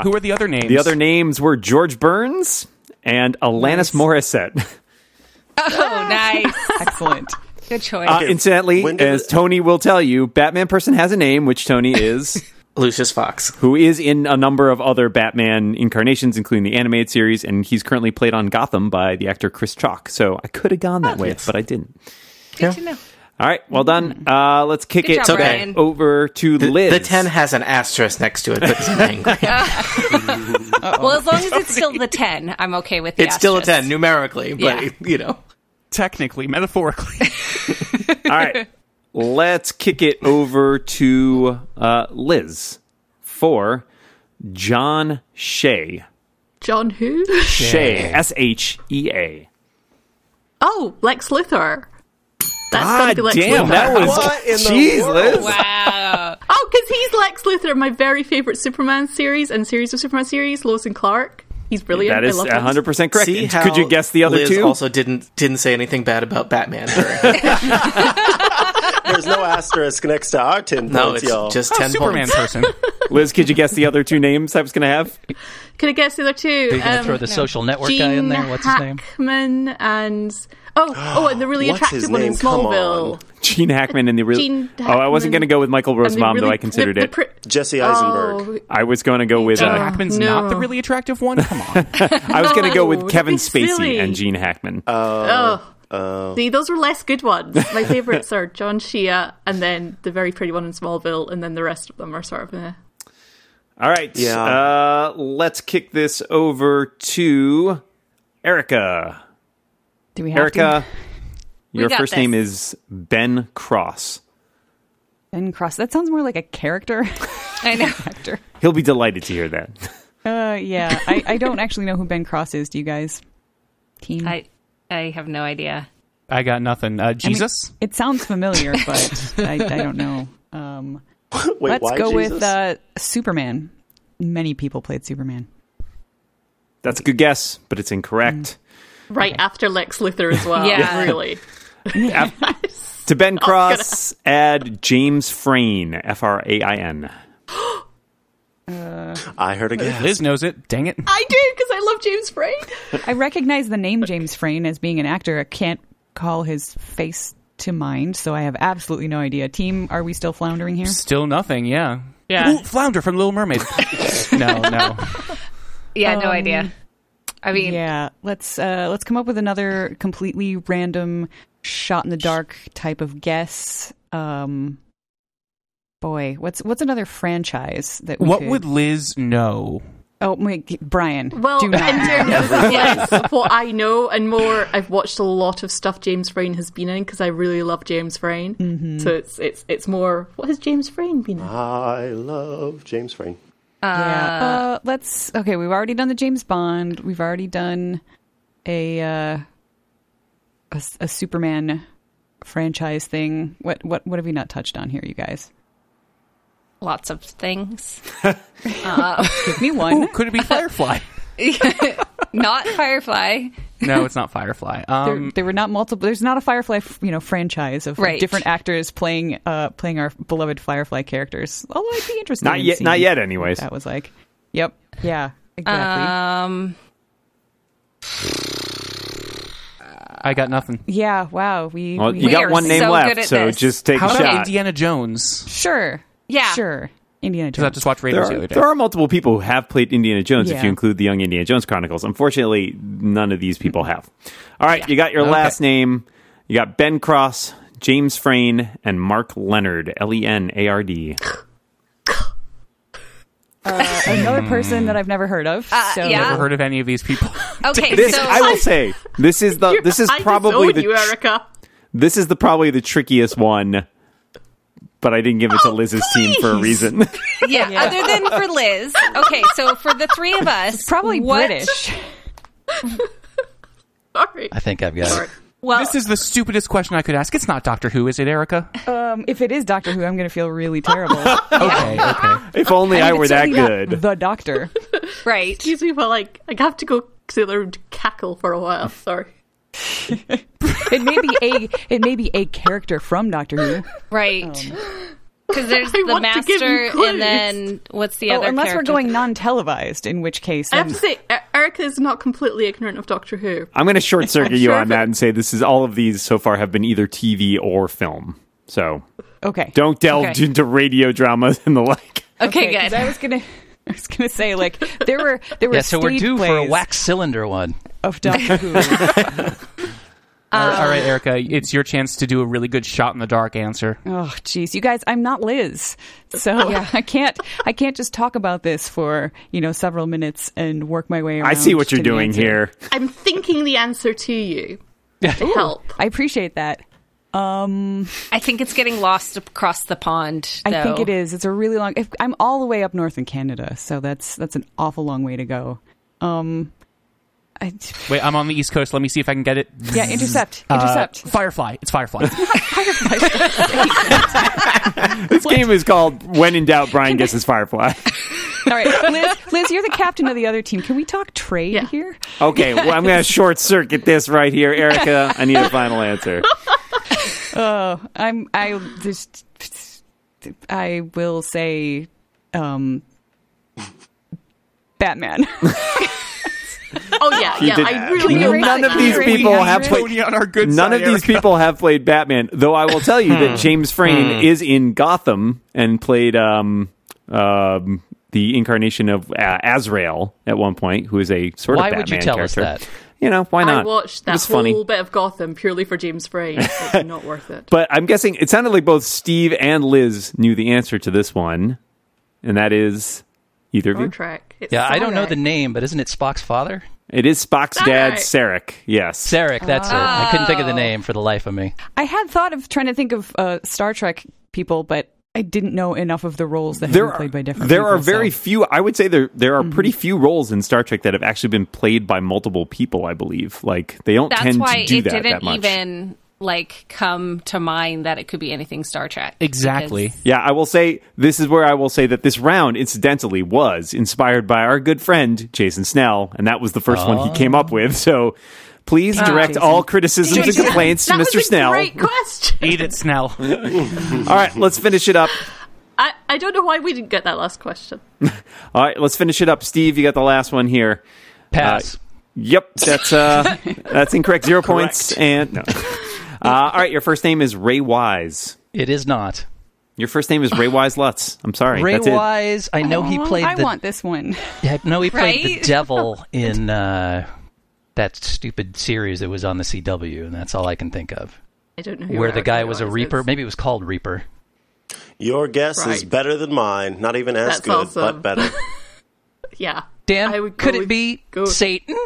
Who are Ah. the other names?
The other names were George Burns and Alanis Morissette.
Oh, nice.
Excellent.
Good choice.
Uh, incidentally,
when did
as
it-
Tony will tell you, Batman person has a name, which Tony is,
Lucius Fox.
who is in a number of other Batman incarnations, including the animated series, and he's currently played on Gotham by the actor Chris Chalk. So I could have gone that way, but I didn't.
Good to know.
All right, well done. Uh, let's kick
Good
it
job,
okay.
Brian.
over to
The,
Liz.
the 10 has an asterisk next to it that's angry.
Well, as long as it's still the 10, I'm okay with the
it's still a
asterisk.
10 numerically, but,
Yeah.
you know.
technically, metaphorically.
All right, let's kick it over to uh, Liz for John Shea.
John who?
Shea, S H E A.
Oh, Lex Luthor. That's
Ah,
gotta be Lex Luthor.
What in the world?
Wow.
Oh, because he's Lex Luthor, my very favorite Superman series and series of Superman series, Lois and Clark. He's brilliant.
That
I
is
love him.
100 percent correct.
See
And
how
Could you guess the other
Liz
two?
also didn't didn't say anything bad about Batman. during-
There's no asterisk next to our 10
no,
points,
it's
y'all.
just
Oh,
10
Superman
points.
person.
Liz, could you guess the other two names I was going to have?
Can I guess the other two?
You're gonna
Um,
throw the social network
Gene
guy in there. What's his name?
Hackman and oh, oh, and the really
What's his
attractive one in
name? Come on.
Smallville.
Gene Hackman and the real.
Gene
oh, I wasn't going
Hackman.
to go with Michael Rowe's
And the
mom, though
really-
I considered
the- the
it.
pre-
Jesse Eisenberg.
Oh,
I was going to go with.
Gene
Uh,
Hackman's
no.
not the really attractive one. Come on.
I was going to go
No,
with
that'd
Kevin
be
Spacey
silly.
and Gene Hackman.
oh. See, those were less good ones. My favorites are John Shea and then the very pretty one in Smallville, and then the rest of them are sort of. Eh.
All right.
Yeah.
Uh, let's kick this over to Erica.
Do we have
Erica,
We
your
got
first name
this.
is Ben Cross.
to Ben Cross? That sounds more like a character
I know.
actor.
He'll be delighted to hear that.
Uh, yeah, I, I don't actually know who Ben Cross is. Do you guys? Team.
I I have no idea.
I got nothing. Uh, Jesus?
It sounds familiar, but I, I don't know. Um,
Oh,
Wait,
let's
why
go
Jesus?
with uh, Superman. Many people played Superman.
That's a good guess, but it's incorrect.
Right after Lex Luthor as well.
Yeah.
Really.
Mm.
To Ben
Oh,
Cross, add James Frain, F R A I N.
I heard a guess.
Liz knows it. Dang it.
Oh.
I do, because I love James Frain.
I recognize the name James Frain as being an actor. I can't call his face to mind, so I have absolutely no idea. Team, are we still floundering here?
Still nothing, yeah.
Yeah.
Ooh, Flounder from Little Mermaid. no, no.
Yeah, no idea. I mean,
um, Yeah, let's uh, let's come up with another completely random shot in the dark type of guess. Um, boy, what's what's another franchise that we
What
could-
would Liz know?
oh wait, Brian?
Well,
do
in
not.
terms of less of what I know and more, I've watched a lot of stuff James Frain has been in because I really love James Frain.
Mm-hmm.
So it's it's it's more what has James Frain been in?
Uh-huh.
I love James Frain.
Yeah. Uh, let's. Okay, we've already done the James Bond. We've already done a uh, a, s- a Superman franchise thing. What what what have we not touched on here, you guys?
lots of things. Uh,
Give me one.
Could it be Firefly?
Not Firefly.
no, it's not Firefly.
There,
Um,
there were not multiple. There's not a Firefly, f- you know, franchise of like,
Right.
different actors playing, uh, playing our beloved Firefly characters. Although I'd be interested.
Not
in
yet-
seeing
not yet
what
anyways.
That was like, yep, yeah, exactly.
Um,
I got nothing.
yeah, wow. We,
Well,
we
you
We are
got one name
so good
left,
at
so
this.
just take
How
a
about
shot.
Indiana Jones?
sure,
yeah.
sure. Indiana
Because I
Jones.
just watched
There
Raiders the
are,
other day.
there are multiple people who have played Indiana Jones if
Yeah.
you include the Young Indiana Jones Chronicles. Unfortunately, none of these people have. All right, you got your last name. You got Ben Cross, James Frayne, and Mark Leonard. L E N A R D. Hmm.
Another person that I've never heard of. so
Uh, yeah.
Never heard of any of these people.
Okay,
This
so
I will say. This is the this is
I
probably
disown
the
you,
tr-
Erica.
this is the probably the trickiest one. But I didn't give it to
Oh,
Liz's team for a
please.
reason.
yeah, Other than for Liz, okay. So for the three of us,
Probably
what-
British.
Sorry.
I think I've got it.
Well,
this is the stupidest question I could ask. It's not Doctor Who, is it, Erica?
Um, if it is Doctor Who, I'm going to feel really terrible.
Okay, okay.
if only I
It's
were that
certainly not
good.
The Doctor.
right.
Excuse me, but like I have to go to the room to cackle for a while. Sorry.
It may be a it may be a character from Doctor Who.
Right.
Oh.
Because there's
I
the
want to give you
master,
clues.
and then what's the
Oh,
other?
unless
character?
we're going non televised, in which case
I have
then
to say, E- Erica is not completely ignorant of Doctor Who.
I'm going to short circuit you
Sure,
on
but-
that and say this is all of these so far have been either TV or film. So
okay.
don't delve
Okay.
into radio dramas and the like.
Okay,
'cause
good.
I was gonna I was gonna say like there were there were
Yeah, so we're
stage
due for a
plays
wax cylinder one.
of Doctor Who.
all right, Erica, it's your chance to do a really good shot in the dark answer.
Oh, jeez, you guys, I'm not Liz, so I can't I can't just talk about this for you know several minutes and work my way. around
I see what
to
you're
the
doing
answer.
here.
I'm thinking the answer to you to help.
I appreciate that.
I think it's getting lost across the pond.
I think
though.
it is. It's a really long. If, I'm all the way up north in Canada, so that's that's an awful long way to go. Um, I,
Wait, I'm on the East Coast. Let me see if I can get it.
yeah, intercept,
Uh,
intercept.
Firefly. It's Firefly.
This game is called When in Doubt, Brian Guesses Firefly.
all right, Liz, Liz, you're the captain of the other team. Can we talk trade
Yeah.
here?
Okay, well, I'm going to short circuit this right here. Erica, I need a final answer.
Oh, I'm. I just. I will say, um, Batman.
Oh yeah, yeah.
did-
I really know
None
that
of
now.
these
Really?
people
Really?
have played.
Tony on our good
None
side,
of these
Erica.
people have played Batman, though I will tell you that James Frayne is in Gotham and played um, um, the incarnation of uh, Azrael at one point, who is a sort
Why
of Batman
would you tell us
character.
that?
You know, why not?
I watched that
It's
whole
funny.
bit of Gotham purely for James Frayne. It's not worth it.
But I'm guessing it sounded like both Steve and Liz knew the answer to this one, and that is either of
Star
you.
Trek. It's
Yeah, I
Star
don't know
Trek.
the name, but isn't it Spock's father?
It is Spock's dad,
Sarek.
Sarek. Yes.
Sarek, that's it. I couldn't think of the name for the life of me.
I had thought of trying to think of uh, Star Trek people, but I didn't know enough of the roles that
there
were
are,
played by different.
there
people,
are very
so.
few i would say there there are pretty few roles in star trek that have actually been played by multiple people i believe like they don't
That's
tend
why
to do
it
that
didn't
that much
even like come to mind that it could be anything Star Trek.
Exactly.
Because-
yeah i will say this is where i will say that this round incidentally was inspired by our good friend jason snell and that was the first one he came up with so please direct
Oh. Jason.
all criticisms and complaints to
That
mr
was a
snell
Great question.
Eat it, Snell.
all right let's finish it up
I, I don't know why we didn't get that last question.
all right let's finish it up steve you got the last one here
Pass.
Yep, that's uh, that's incorrect. Zero points and no. Uh, all right, your first name is Ray Wise.
it is not.
Your first name is Ray Wise Lutz. I'm sorry,
Ray
that's
Wise, I know he
Oh,
played
I
the
want this one.
Yeah, no, he played the
Right?
devil in uh, that stupid series that was on the CW, and that's all I can think of.
I don't know who
Where the
Erica
guy was a
is.
reaper.
It's-
Maybe it was called Reaper.
Your guess is
Right.
better than mine. Not even as
That's
good,
awesome.
but better.
Yeah. I
Dan,
would
could
go
it
with-
be
go with-
Satan?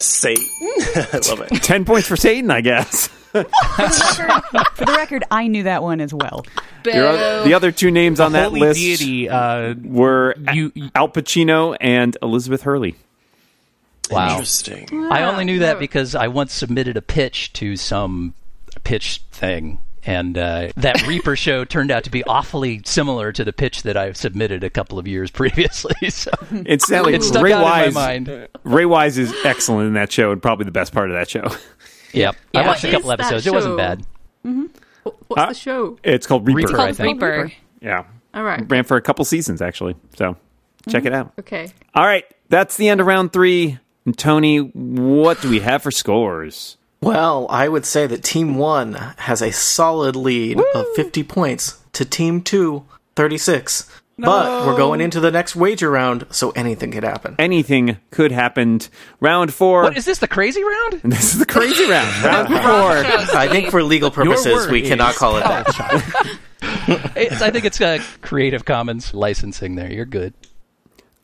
Satan. I love it.
it. Ten points for Satan, I guess.
For the record, I knew that one as well.
Your o- the other two names on that
Holy
list
deity. Uh,
were
You-
Al Pacino and Elizabeth Hurley.
Wow.
Interesting.
I only knew that
Yeah.
because I once submitted a pitch to some pitch thing, and uh, that Reaper show turned out to be awfully similar to the pitch that I submitted a couple of years previously. So
Incidentally,
it stuck
Ray
out
Wise.
in my mind.
Ray Wise is excellent in that show and probably the best part of that show.
Yep. I
Yeah.
watched a
What
couple
is that
episodes. It wasn't
show?
bad.
What's
Huh?
the show?
It's called Reaper.
Reaper, I
Called
think.
Reaper.
Yeah,
All right.
ran for a couple seasons actually. So check it out.
Okay.
All right, that's the end of round three. And Tony, what do we have for scores?
Well, I would say that Team 1 has a solid lead of 50 points to Team 2 36. But we're going into the next wager round, so anything could happen.
Anything could happen. Round four.
What is this? The crazy round?
this is the crazy round. Round four.
I think for legal purposes,
word
we cannot call it that.
It's, I think it's uh, Creative Commons licensing. There, you're good.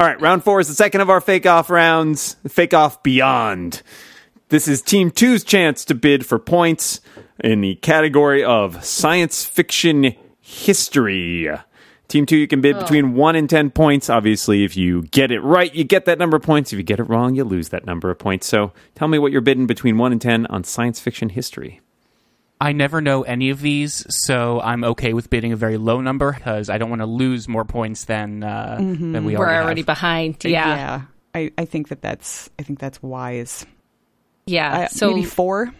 All right, round four is the second of our fake off rounds. Fake off beyond. This is Team Two's chance to bid for points in the category of science fiction history. Team Two, you can bid between one and ten points. Obviously, if you get it right, you get that number of points. If you get it wrong, you lose that number of points. So tell me what you're bidding between one and ten on science fiction history.
I never know any of these, so I'm okay with bidding a very low number because I don't want to lose more points than uh, than we
We're
already,
already
have.
behind. Yeah.
I, I think that that's I think that's wise.
Yeah.
Uh,
so
maybe four.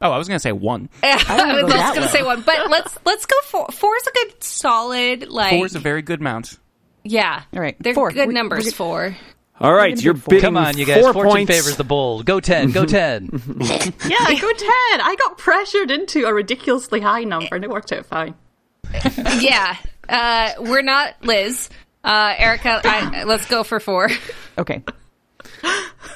Oh, I was gonna say one.
I,
know
was
that
going to
well.
say one, but let's let's go four. Four is a good solid like
Four is a very good amount.
yeah.
All right,
they're
four.
good
We-
numbers.
we're good.
Four.
All right, you're bidding
Come on, you guys.
four
Fortune
points.
favors the bold. Go ten. Go ten.
Yeah, go 10. I got pressured into a ridiculously high number and it worked out fine.
Yeah. Uh, we're not Liz. Uh, Erica, I, let's go for four.
Okay.
All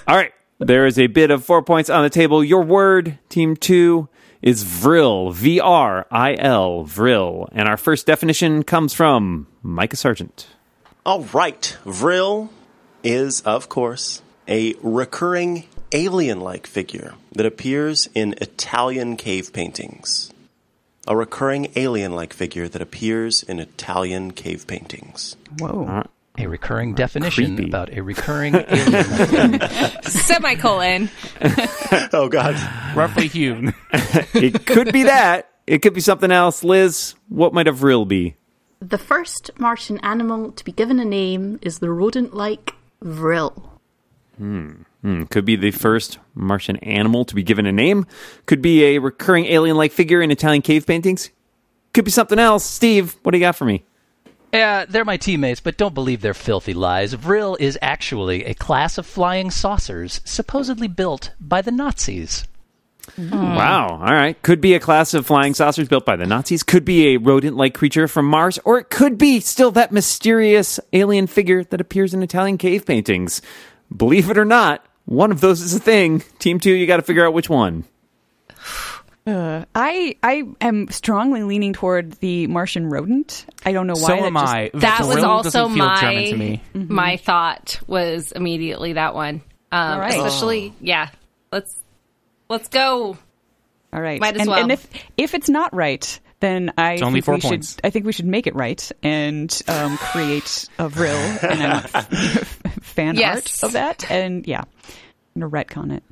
right. There is a bid of four points on the table. Your word, team two, is vril. V R I L, vril. And our first definition comes from Micah Sargent.
All right. Vril is, of course, a recurring alien like figure that appears in Italian cave paintings. A recurring alien like figure that appears in Italian cave paintings.
Whoa.
A recurring definition
Creepy.
about a recurring alien.
Semicolon.
Oh, God.
Roughly hewn.
It could be that. It could be something else. Liz, what might a vril be?
The first Martian animal to be given a name is the rodent like Vril.
Hmm, Could be the first Martian animal to be given a name. Could be a recurring alien like figure in Italian cave paintings. Could be something else. Steve, what do you got for me?
yeah, Uh, they're my teammates, but don't believe their filthy lies. Vril is actually a class of flying saucers supposedly built by the Nazis.
Wow. All right. Could be a class of flying saucers built by the Nazis. Could be a rodent like creature from Mars. Or it could be still that mysterious alien figure that appears in Italian cave paintings. Believe it or not, one of those is a thing. Team two, you got to figure out which one.
I I am strongly leaning toward the Martian rodent. I don't know why.
so
that
am
just-
I.
That was
Vril
also
doesn't feel
my
German to me.
Mm-hmm.
my thought was immediately that one. Um,
All right.
Especially, yeah. Let's let's go.
All right.
Might as
and,
well.
and if if it's not right, then I
only
think
four
we
points.
should I think we should make it right and um, create a vril and I'm a f- fan
Yes.
art of that. And yeah. I'm gonna retcon it.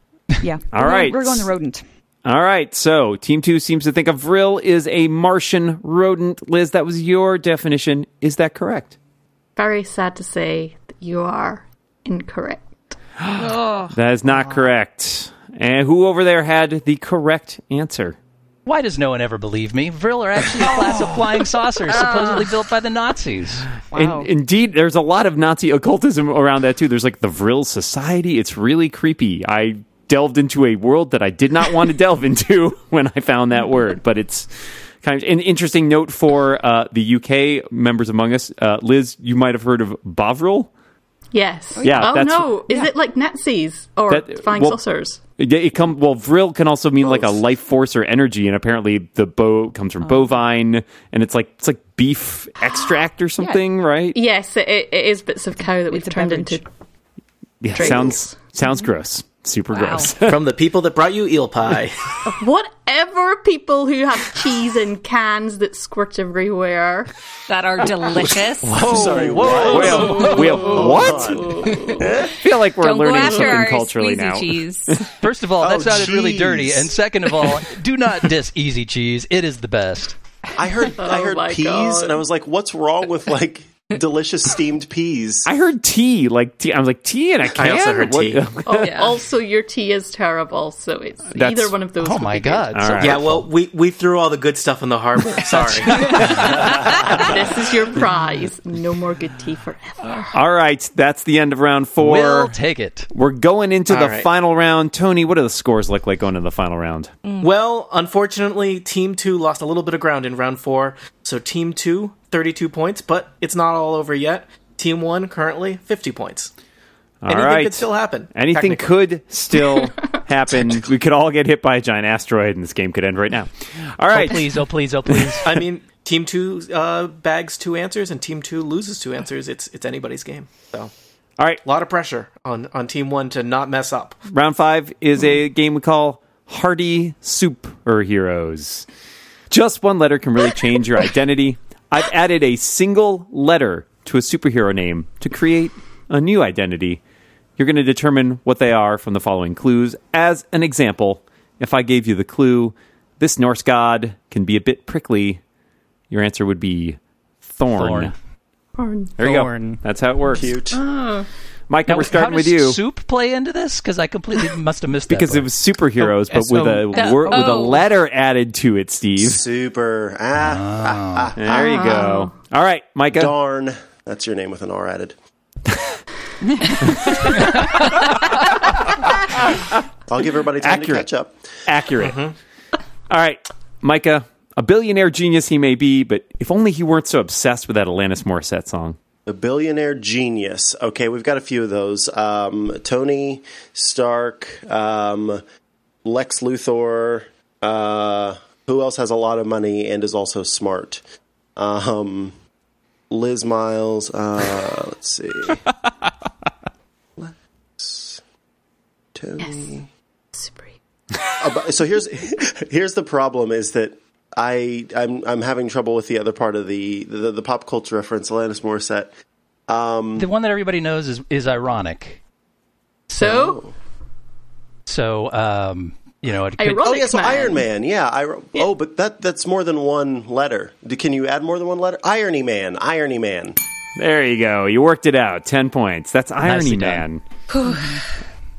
Yeah.
All
All we're
right.
Going, we're going the rodent.
All right. So team two seems to think a vril is a Martian rodent. Liz, that was your definition. Is that correct?
Very sad to say that you are incorrect.
That is not correct. And who over there had the correct answer?
Why does no one ever believe me? Vril are actually a
Oh.
class of flying saucers supposedly built by the Nazis.
Wow.
In, indeed, there's a lot of Nazi occultism around that too. There's like the Vril Society. It's really creepy. I delved into a world that I did not want to delve into when I found that word, but it's kind of an interesting note for uh, the UK members among us. Uh, Liz, you might have heard of Bovril.
Yes.
Yeah,
oh
that's-
no. Is it like Nazis or
That-
flying
well-
saucers?
It, it come well. Vril can also mean like a life force or energy, and apparently the bo comes from bovine, and it's like it's like beef extract or something, right?
Yes, it, it is bits of cow that we've
It's a
turned
beverage.
into.
Yeah,
Drinks.
sounds sounds gross. Super gross.
From the people that brought you eel pie.
Whatever people who have cheese in cans that squirt everywhere.
That are delicious.
I'm sorry.
Whale, whale, what? feel like we're
Don't go
learning
after
something
our
culturally
squeezy
now.
cheese.
First of all, that
Oh,
sounded really
jeez.
dirty. And second of all, do not diss easy cheese. It is the best.
I heard, I heard
Oh, my
peas,
God.
and I was like, what's wrong with like delicious steamed peas?
I heard tea, like tea. I was like tea, and I can.
I also heard tea.
Oh,
Yeah.
Also, your tea is terrible, so it's
That's-
either one of those.
Oh
would
my
be good.
god.
All
So-
right.
yeah, well, we, we threw all the good stuff in the harbor. Sorry.
This is your prize. No more good tea forever.
All right, that's the end of round 4
We'll take it.
We're going into
All
the
right.
final round. Tony, what do the scores look like going into the final round?
Mm.
Well, unfortunately, Team 2 lost a little bit of ground in round 4, so Team 2 32 points, but it's not all over yet. Team one currently 50 points.
All
Anything
right.
could still happen.
Anything
technically.
could still happen. we could all get hit by a giant asteroid, and this game could end right now. All
Oh
right.
please, oh please, oh please.
I mean, team two uh, bags two answers and team two loses two answers. It's it's anybody's game. So
All right.
a lot of pressure on on team one to not mess up.
Round five is a
Mm-hmm.
game we call Hardy Superheroes. Just one letter can really change your identity. I've added a single letter to a superhero name to create a new identity. You're going to determine what they are from the following clues. As an example, if I gave you the clue, this Norse god can be a bit prickly, your answer would be Thorn.
Thorn.
There you
Thorn.
go. That's how it works.
Cute.
Mike,
Now,
we're starting
how
with
does
you.
soup play into this? Because I completely must have missed that
because
part.
it was superheroes,
Oh,
but with a
S-O-
word, with a
Oh.
letter added to it. Steve,
Super. Ah,
there you go. All right, Micah.
darn. That's your name with an R added. I'll give everybody time
Accurate.
to catch up.
Accurate. All right, Micah. A billionaire genius he may be, but if only he weren't so obsessed with that Alanis Morissette song.
The billionaire genius. Okay, we've got a few of those. Um, Tony Stark, um, Lex Luthor. Uh, who else has a lot of money and is also smart? Um, Liz Miles. Uh, let's see. Lex. Tony.
Super.
But- so here's here's the problem is that I I'm I'm having trouble with the other part of the the, the pop culture reference Alanis Morissette.
the one that everybody knows is is ironic.
So,
So um, you know, it could,
ironic
Oh yeah, so
man.
Iron Man. Yeah, I, oh, but that that's more than one letter. Do, can you add more than one letter? Irony Man, Irony Man.
There you go. You worked it out. Ten points. That's Irony
Nicely
Man.
done.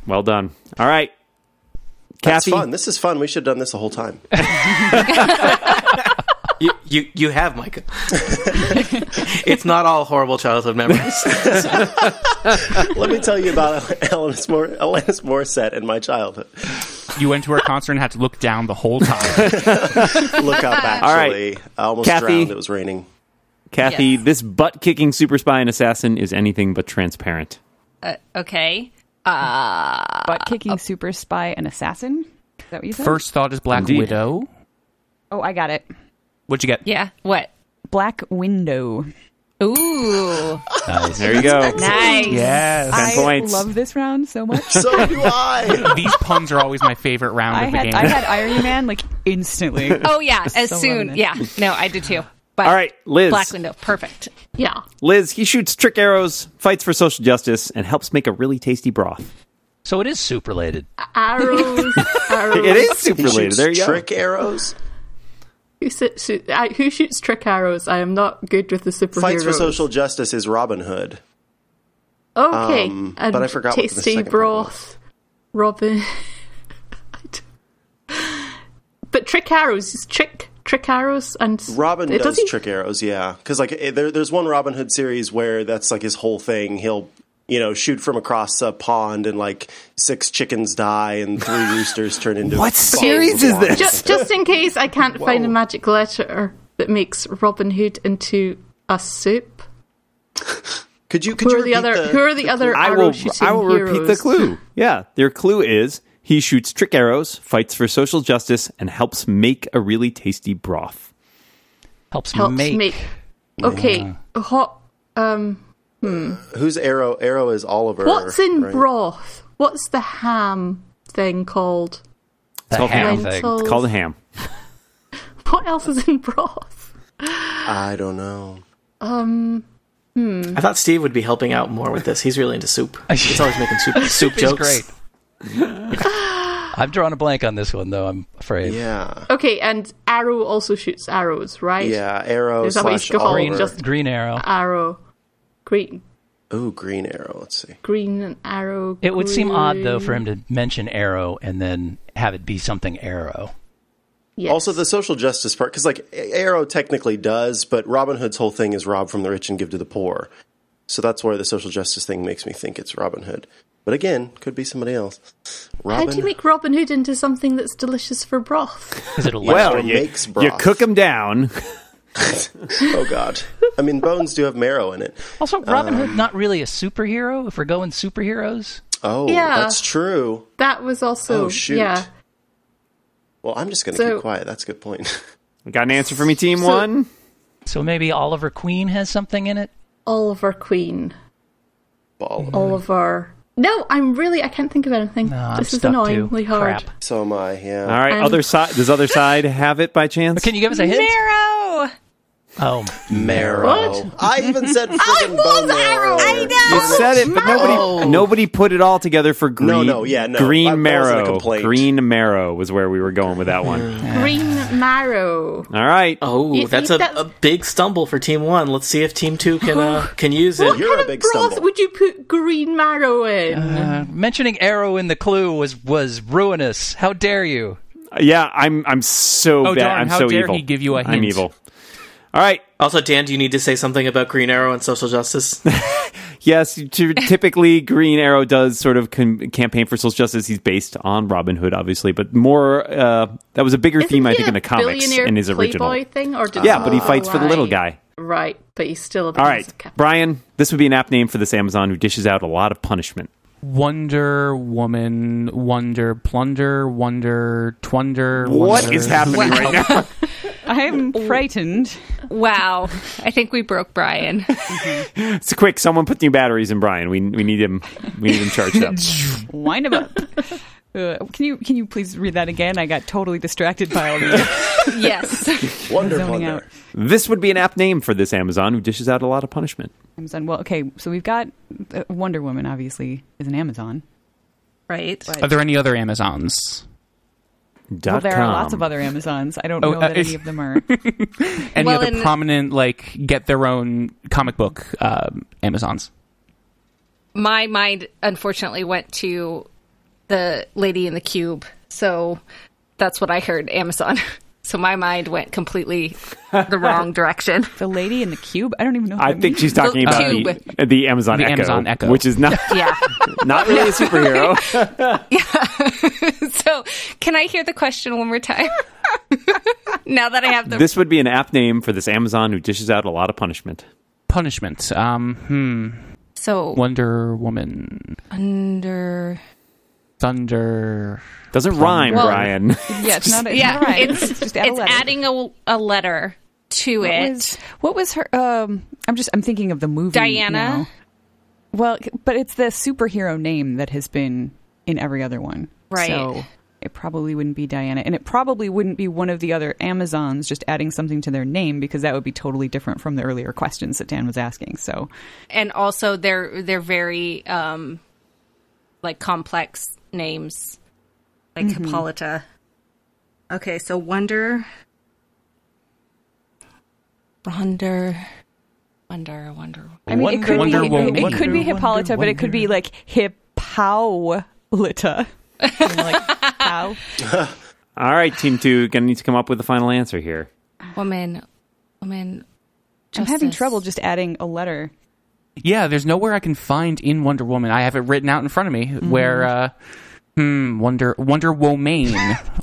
well done. All right,
That's
Kathy.
fun. This is fun. We should have done this the whole time.
You you, you have Micah. it's not all horrible childhood memories.
Let me tell you about Alanis, Mor- Alanis Morissette and my childhood.
You went to her concert and had to look down the whole time.
Look up, actually. I almost
Kathy.
drowned. It was raining.
Kathy,
Yes.
this butt-kicking super spy and assassin is anything but transparent.
Okay. Uh,
Butt kicking super spy and assassin. Is that what you said?
First thought is Black
Indeed.
Widow.
Oh, I got it.
What'd you get?
Yeah. What?
Black window.
Ooh.
There you go.
nice.
Ten
Yes.
I
points.
love this round so much.
So do I.
These puns are always my favorite round
I
of the
had
game.
I had Iron Man like instantly.
Oh yeah. As
so
soon.
loving it.
Yeah. No, I did too. But
All right, Liz.
Black window. Perfect.
yeah.
Liz, he shoots trick arrows, fights for social justice, and helps make a really tasty broth.
so it is soup related.
Arrows. arrows.
It is super
He
related.
shoots
There you
trick
go.
arrows.
Who, si- shoot, I, who shoots trick arrows? I am not good with the superheroes.
Fights for social justice is Robin Hood.
Okay,
Um,
and
but I forgot what the
tasty
second part
broth, Robin. I don't- but trick arrows, is trick trick arrows, and
Robin
it
does
doesn't-
trick arrows, yeah. Because like eh, there, there's one Robin Hood series where that's like his whole thing. He'll you know shoot from across a pond and like six chickens die and three roosters turn into
What
balls of
series is
wine.
this?
Just just in case I can't find a magic letter that makes Robin Hood into a soup.
Could you? Could
Who
you
are the
repeat
other? Who are the other
I
arrow
will.
shooting
I will repeat the
heroes?
clue. Yeah, their clue is he shoots trick arrows, fights for social justice, and helps make a really tasty broth.
Helps,
Helps
make.
make. Okay, hot. Um,
Who's arrow? Arrow is Oliver.
what's in
right?
broth? What's the ham thing called?
the
called
ham
ham.
thing.
Lentils.
It's called a ham.
What else is in broth?
I don't know.
I thought Steve would be helping out more with this. He's really into soup. He's always making soup soup
It's
jokes.
great. I've drawn a blank on this one though. I'm afraid.
Yeah,
Okay, and arrow also shoots arrows, right?
yeah. Arrow
Is that what he's
slash
called?
Oliver.
Green,
Just-
Green Arrow.
Arrow, green,
Ooh, Green Arrow. Let's see.
green and arrow.
It would seem odd though
green.
for him to mention Arrow and then have it be something Arrow.
Yes.
Also, the social justice part, because like A- Arrow technically does, but Robin Hood's whole thing is rob from the rich and give to the poor. So that's where the social justice thing makes me think it's Robin Hood. But again, could be somebody else.
How
Robin
do you make Robin Hood into something that's delicious for broth?
Is it a
Well,
you,
makes
you
broth.
cook them down,
oh God. I mean, bones do have marrow in it.
Also,
uh,
Robin Hood not really a superhero. If we're going superheroes,
Oh,
Yeah.
that's true.
That was also
Oh, shoot.
yeah.
Well, I'm just going to
So-
keep quiet. That's a good point.
Got an answer for me, Team
So-
One?
so maybe Oliver Queen has something in it.
Oliver Queen.
Ball.
Mm.
Oh. Oliver. No, I'm really I can't think of anything.
No, I'm
this is
stuck too.
annoyingly hard.
Crap.
So am I. Yeah.
All right,
Um,
other side. Does other side have it by chance?
Can you give us a hint?
Marrow.
Oh,
Marrow.
What?
I even said
I
friggin'
was.
bone marrow.
I, I
You
know.
said it, but nobody nobody put it all together for green.
no, yeah, no.
Green
That- that wasn't a
marrow.
complaint.
Green marrow was where we were going with that one.
Green marrow.
all right.
Oh,
You
that's a,
think that's-
a big stumble for Team One. Let's see if Team Two can uh, can use it.
You're
what kind
a big
of broth
stumble.
would you put green marrow in?
Mm.
uh, mentioning arrow in the clue was was ruinous. How dare you?
Yeah, I'm I'm so
Oh,
bad.
darn,
I'm
how
so
dare
evil.
he give you a
I'm
hint.
evil. All right.
Also, Dan, do you need to say something about Green Arrow and social justice?
Yes, t- typically Green Arrow does sort of com- campaign for social justice. He's based on Robin Hood, obviously, but more uh, that was a bigger
Isn't
theme, I
he
think,
a
in the comics
billionaire
in his original.
Playboy thing, or did
Yeah, but he
Oh,
fights for the little
right.
guy.
Right, but he's still a
All right,
massive cat.
Brian, this would be an apt name for this Amazon who dishes out a lot of punishment.
Wonder Woman, Wonder Plunder, Wonder Twunder.
What
Wonder-
is happening right now?
I'm
Oh.
frightened.
Wow. I think we broke Brian.
It's quick. Someone put new batteries in Brian. We we need him. We need him charged up.
Wind him up. Uh, can you can you please read that again? I got totally distracted by all the
yes.
Wonder
zoning
Plunder.
out.
this would be an apt name for this Amazon who dishes out a lot of punishment.
Amazon. Well, okay, so we've got uh, Wonder Woman. Obviously, is an Amazon.
Right.
Are there any other Amazons?
Dot
well, there
com.
are lots of other Amazons. I don't
Oh,
know
uh,
that any of them are.
Any
Well,
other
in-
prominent, like, get their own comic book um Amazons?
My mind unfortunately went to the lady in the cube. So that's what I heard Amazon. So my mind went completely the wrong direction.
The lady in the cube. I don't even know. What
I
that
think
means.
she's talking
The
about the,
Cube.
the Amazon
The
Echo,
Amazon Echo.
which is not
Yeah.
not really a superhero.
So can I hear the question one more time? now that I have the
this would be an apt name for this Amazon who dishes out a lot of punishment.
Punishment. Um, hmm.
so
Wonder Woman,
under
Thunder.
Doesn't rhyme,
Well-
Brian.
Yeah, it's not. A,
yeah,
not right.
it's
just add a
it's
letter.
adding a, a letter to
What
it.
was, what was her? Um, I'm just. I'm thinking of the movie
Diana.
now. Well, c- but it's the superhero name that has been in every other one,
Right.
So it probably wouldn't be Diana, and it probably wouldn't be one of the other Amazons just adding something to their name because that would be totally different from the earlier questions that Dan was asking. So
and also they're they're very um like complex names like hippolyta okay so wonder wonder wonder wonder
I mean, it could
Wonder
be
Woman.
it could be
Wonder,
Hippolyta, but it could be like Hippolyta. You know, like how?
All right, Team Two, gonna need to come up with a final answer here.
woman woman
I'm having
justice.
trouble just adding a letter.
Yeah, there's nowhere I can find in Wonder Woman. I have it written out in front of me
Mm-hmm.
where, uh, hmm, Wonder, Wonder Woman.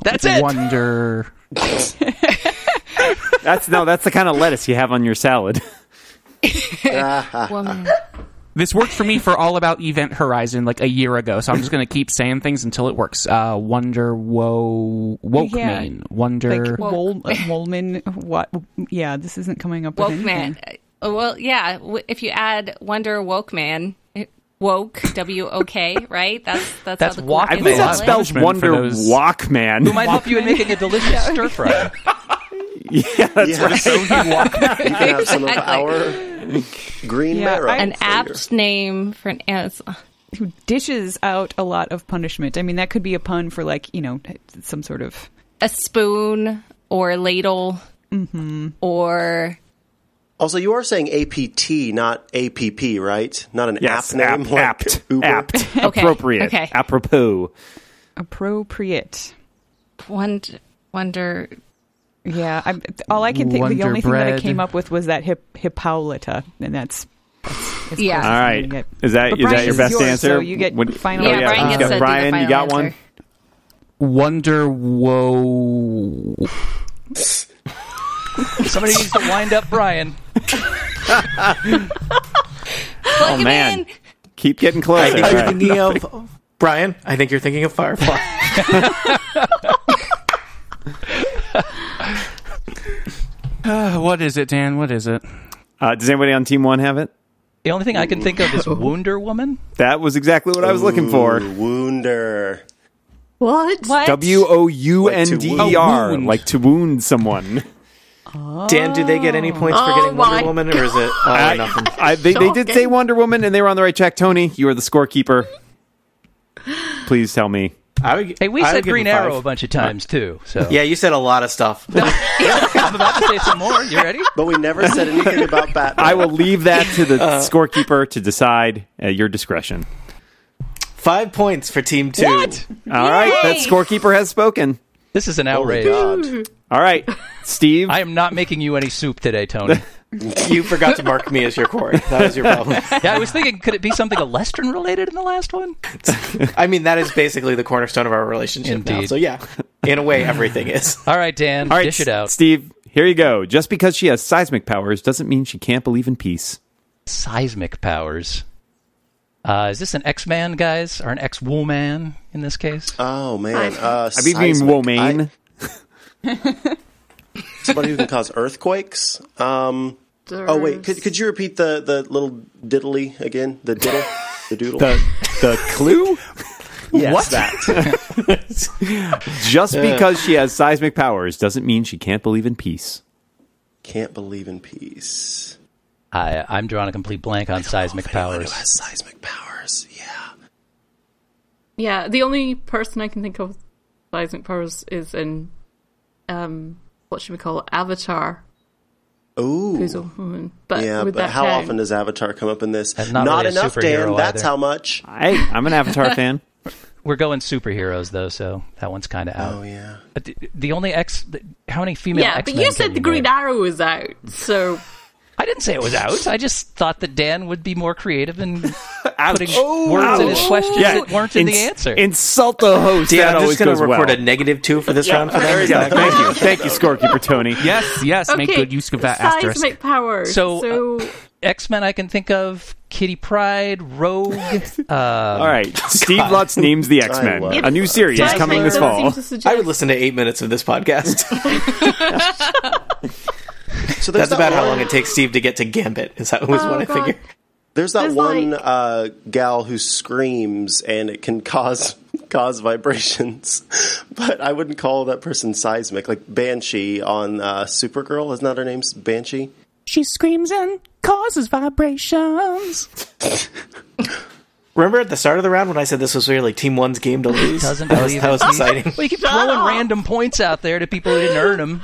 That's it.
Wonder.
That's no, that's the kind of lettuce you have on your salad.
woman
This worked for me for All About Event Horizon like a year ago, so I'm just going to keep saying things until it works. Uh, Wonder Wo Woke
Yeah.
Man. Wonder.
Like Wol- Wolman, what? Yeah, this isn't coming up.
woke
with
man
anything.
Uh, well yeah w- if you add wonder woke man it- woke w-o-k right that's that's,
That's
how the
walk-
I
In
believe
the
that
salad?
spells
Punishment for
Wonder
those-
Walkman.
Who might help you in making a delicious stir fry?
yeah, You can have some of our green
Yeah,
marrow.
I-
an
for your-
apt name for an uh, Amazon.
Who dishes out a lot of punishment? I mean, that could be a pun for like you know some sort of
a spoon or a ladle or
Also, you are saying APT, not APP, right? Not an
Yes,
app name.
apt, apt,
like Uber.
apt,
Okay,
appropriate,
okay.
apropos.
appropriate.
wonder wonder
Yeah, I, all I can think.
Wonder
the only thing that I
bread.
came up with was that hip, Hippolyta, and that's. that's
Yeah.
All
I'm gonna
right,
get.
is that
But
is that
Brian's
your
is
best
yours,
answer?
so you get final
oh,
Yeah, Brian
you got-
gets to do the
Brian, you
final
got
answer.
one.
Wonder Wo.
Somebody needs to wind up Brian.
Plug
Oh
it
man,
in.
keep getting closer.
I think you're
Right.
thinking of Brian. I think you're thinking of Firefly.
Uh, what is it, Dan? What is it?
Uh, does anybody on Team One have it?
The only thing I can think of is Wonder Woman.
That was exactly what I was looking for.
Ooh, Wounder.
What?
What?
W O U N D E
Like to
R,
wound.
like to wound someone.
Dan, do they get any points for
Oh
getting
my
Wonder Woman, or is it all or nothing?
I, they, they did say
Shocking.
Wonder Woman, and they were on the right track. Tony, you are the scorekeeper. Please tell me.
I would,
Hey, we
I would
said
give
Green
him five. Uh,
Arrow a bunch of times too. So
Yeah, you said a lot of stuff.
I'm about to say some more. You ready?
But we never said anything about Batman.
I will leave that to the
Uh.
scorekeeper to decide at your discretion.
Five points for Team Two.
All right, that scorekeeper has spoken.
This is an
Oh my
outrage.
God.
All right, Steve.
I am not making you any soup today, Tony.
You forgot to mark me as your quarry. That was your problem.
Yeah, I was thinking, could it be something Alestron related in the last one?
I mean, that is basically the cornerstone of our relationship now.
Indeed.
So yeah, in a way, everything is.
All right, Dan,
All right,
dish it out.
Steve. Here you go. Just because she has seismic powers doesn't mean she can't believe in peace.
Seismic powers. Uh, is this an X Man, guys, or an X Woman in this case?
Oh man. Uh,
I mean, being
seismic.
Womaine.
I- somebody who can cause earthquakes. Um, oh wait, could, could you repeat the, the little diddly again? The diddle, the doodle.
the the clue
yes,
what?
That.
just because she has seismic powers doesn't mean she can't believe in peace
Can't believe in peace.
I, I'm drawing a complete blank on seismic powers.
Who has seismic powers? Yeah.
Yeah, the only person I can think of with seismic powers is in, um, what should we call it? Avatar,
Ooh.
who's a woman. But
yeah,
would
but
that
how
count?
often does Avatar come up in this?
And not really a
enough,
superhero
Dan. That's
either.
how much.
hey i'm an avatar fan
We're going superheroes, though, so that one's kind of out.
Oh yeah.
But the, the only X. The, how many female
yeah, but
X-Men
you
can
said the
name?
Green Arrow was out, so
I didn't say it was out. I just thought that Dan would be more creative in putting
Oh,
words in
ouch.
his questions that weren't in the
Ins-
answer.
insult the host
Dan,
that
I'm
always
just going
goes
to record
well.
a negative two for this round. For
There
them.
you go.
thank you thank you scorekeeper tony
Yes, yes. Make
Okay,
good use of that
seismic
asterisk.
powers.
So,
So,
X-Men I can think of, Kitty Pride, Rogue. uh,
all right steve lutz names the x-men
love
a new series
seismic
coming this
doesn't
fall
seem to suggest-
I would listen to eight minutes of this podcast.
So there's
That's
that
about how
one-
long it takes Steve to get to Gambit. Is that was
Oh,
what I
God.
figured.
There's that
There's
one
like-
uh, gal who screams and it can cause cause vibrations, but I wouldn't call that person seismic. Like Banshee on uh, Supergirl, isn't that her name's Banshee?
She screams and causes vibrations.
Remember at the start of the round when I said this was really Team One's game to lose?
Doesn't
that was,
believe
that
it.
was exciting.
well, you keep throwing
up.
random points out there to people who didn't earn them.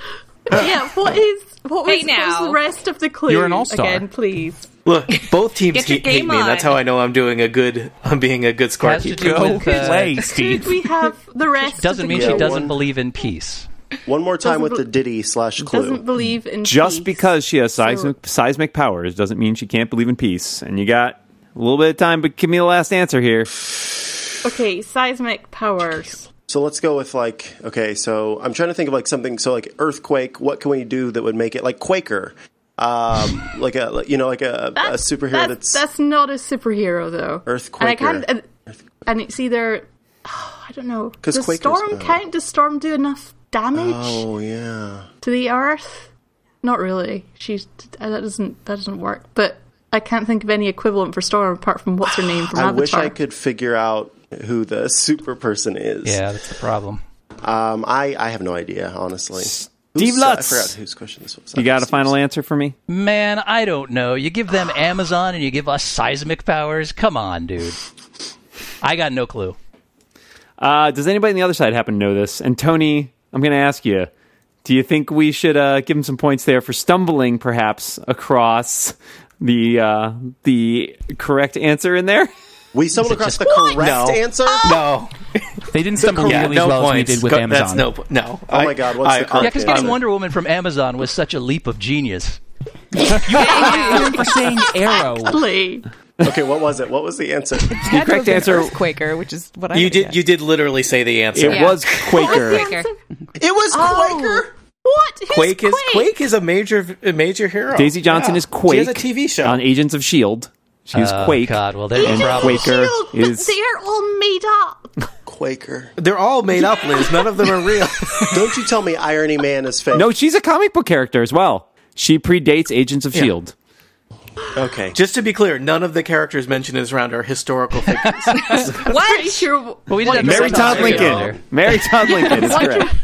yeah, what is what was, what was
Hey, now.
the rest of the clue?
You're an all-star.
again, please.
Look, both teams
Get your
hate, hate
game
me, and that's
on.
how I know I'm doing a good. I'm being a good
Has to do
scorekeeper.
Go
with, uh,
away,
Could
Steve.
we have the rest?
Doesn't
of the
mean
clue?
she
Yeah,
doesn't
one-
believe in peace.
One more time
Doesn't
with
bel-
the Diddy slash
doesn't
Clue.
believe in
just
peace.
because she has seismic seismic powers doesn't mean she can't believe in peace and you got a little bit of time but give me the last answer here
Okay, seismic powers.
So let's go with like okay. So I'm trying to think of like something. So like earthquake. What can we do that would make it like Quaker? Um, like a you know like a, a superhero
That's,
that's,
that's not a superhero though. And I
Earthquaker.
can't. And, and it's either I don't know.
'Cause
Does
Quakers-
storm
oh.
count? Does storm do enough damage
oh yeah.
to the earth? Not really. She's uh, that doesn't that doesn't work. But I can't think of any equivalent for storm apart from what's her name from
I
Avatar.
wish I could figure out who the super person is.
Yeah, that's the problem.
Um, I, I have no idea, honestly.
Steve
Who's- uh,
Lutz.
I forgot whose question this was.
you got a final answer for me
Man, I don't know. You give them Amazon and you give us seismic powers. Come on, dude. I got no clue.
Uh, does anybody on the other side happen to know this? And Tony, I'm going to ask you: Do you think we should uh, give him some points there for stumbling, perhaps across the uh, the correct answer in there?
We stumbled across
just-
the correct answer.
No,
They didn't stumble
yeah,
nearly
no
as well
points.
as we did with
Go- That's
Amazon.
no. po- No.
Oh my God, what's the correct
Yeah, because
Okay.
getting Wonder Woman from Amazon was such a leap of genius.
for saying arrow.
Lee.
Okay, what was it? What was the answer?
The
correct answer-
Quaker, which is what I
You
would
did.
guess.
You did literally say the answer.
It was Quaker.
Quaker.
It was
Oh.
Quaker.
What? Who's
Quake is Quake is a major a major hero.
Daisy Johnson
Yeah.
is Quake.
She has a TV show.
on Agents of Shield. She's
Oh,
Quake.
God, well, there's
and
a problem.
Quaker
Shield, but
is
they're all made up.
Quaker.
They're all made up, Liz. None of them are real.
Don't you tell me Irony Man is fake.
no. She's a comic book character as well. She predates Agents of Shield.
Okay.
Just to be clear, none of the characters mentioned in this round are historical figures. Uh,
Pretty
What?
sure.
Well, we did have
Mary
That's
Todd
not
Lincoln.
fair.
Mary Todd Lincoln is correct.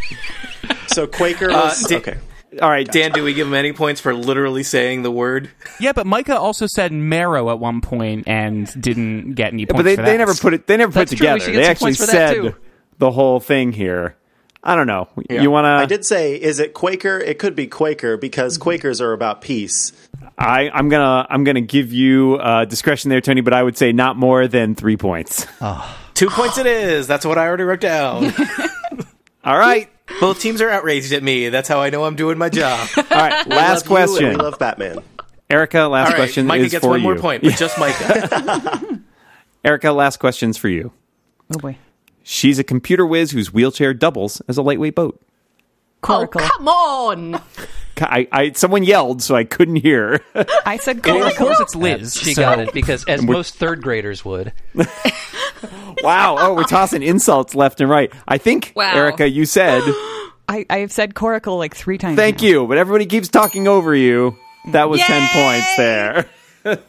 So Quaker was
di-
okay.
All right,
Dan,
Dan.
do we give him any points for literally saying the word?
Yeah, but Micah also said marrow at one point and didn't get any points
But they,
for
they
that.
never put it. They never
That's
put
true,
together.
we should get
They
some
actually
points for that,
said
too.
the whole thing here. I don't know. You want
I
to?
did say, is it Quaker? It could be Quaker because Quakers are about peace.
I, I'm gonna I'm gonna give you uh, discretion there, Tony. But I would say not more than three points.
Two points it is. That's what I already wrote down.
All right,
Both teams are outraged at me. That's how I know I'm doing my job.
all right. Last
Love you and
question,
we love Batman.
Erica. Last
All right,
question
Micah
is
gets
for
one
you.
more point, but just Micah.
Erica, last question's for you.
Oh boy.
She's a computer whiz whose wheelchair doubles as a lightweight boat.
Oh,
Coracle.
come on.
I, I someone yelled, so I couldn't hear.
I said
Well, of
coracle.
course, it's Liz.
She
so-
got it because, as most third graders would,
wow! Oh, we're tossing insults left and right. I think
Wow.
Erica, you said
I, I have said coracle like three times.
thank
now.
you, but everybody keeps talking over you. That was ten points there.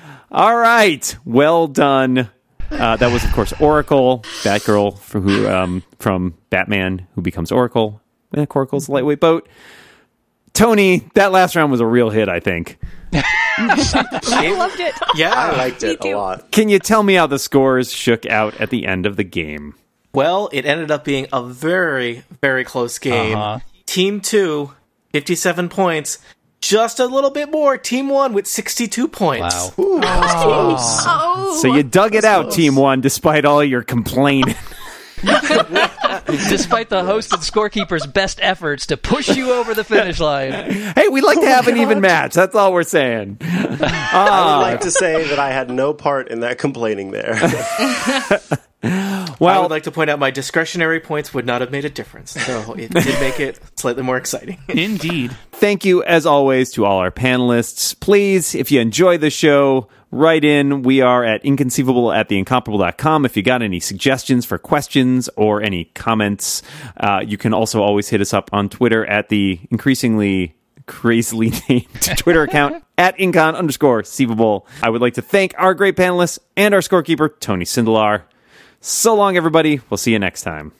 All right, well done. Uh, that was, of course, Oracle, Batgirl, for who um, from Batman, who becomes Oracle. And Oracle's a lightweight boat. Tony, that last round was a real hit. I think.
I loved it.
Yeah.
I liked it a lot.
Can you tell me how the scores shook out at the end of the game?
Well, it ended up being a very, very close game. Team 2, 57 points. Just a little bit more. Team 1 with 62 points.
wow.
Oh,
So you dug it out, Team One, despite all your complaining.
Despite the host and scorekeeper's best efforts to push you over the finish line,
hey, we'd like to have an even match. That's all we're saying.
I would like to say that I had no part in that complaining there.
I
Well,
would like to point out my discretionary points would not have made a difference. So it did make it slightly more exciting.
Indeed.
thank you as always to all our panelists. Please, if you enjoy the show, write in. We are at inconceivable at theincomparable.com. If you got any suggestions for questions or any comments, uh, you can also always hit us up on Twitter at the increasingly crazily named Twitter account at incon underscore conceivable. I would like to thank our great panelists and our scorekeeper, Tony Sindelar. So long, everybody. We'll see you next time.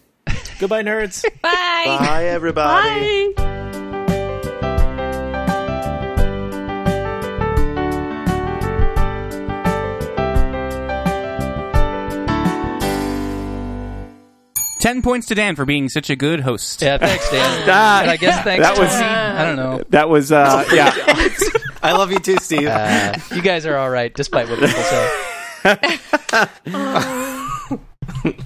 Goodbye, nerds.
Bye.
Hi, everybody.
Bye.
Ten points to Dan for being such a good host.
yeah, thanks, Dan.
That-
and Ah, I guess thanks.
that was-
Tony. I don't know.
That was, uh, yeah.
I love you too, Steve.
Uh, you guys are all right, despite what people say.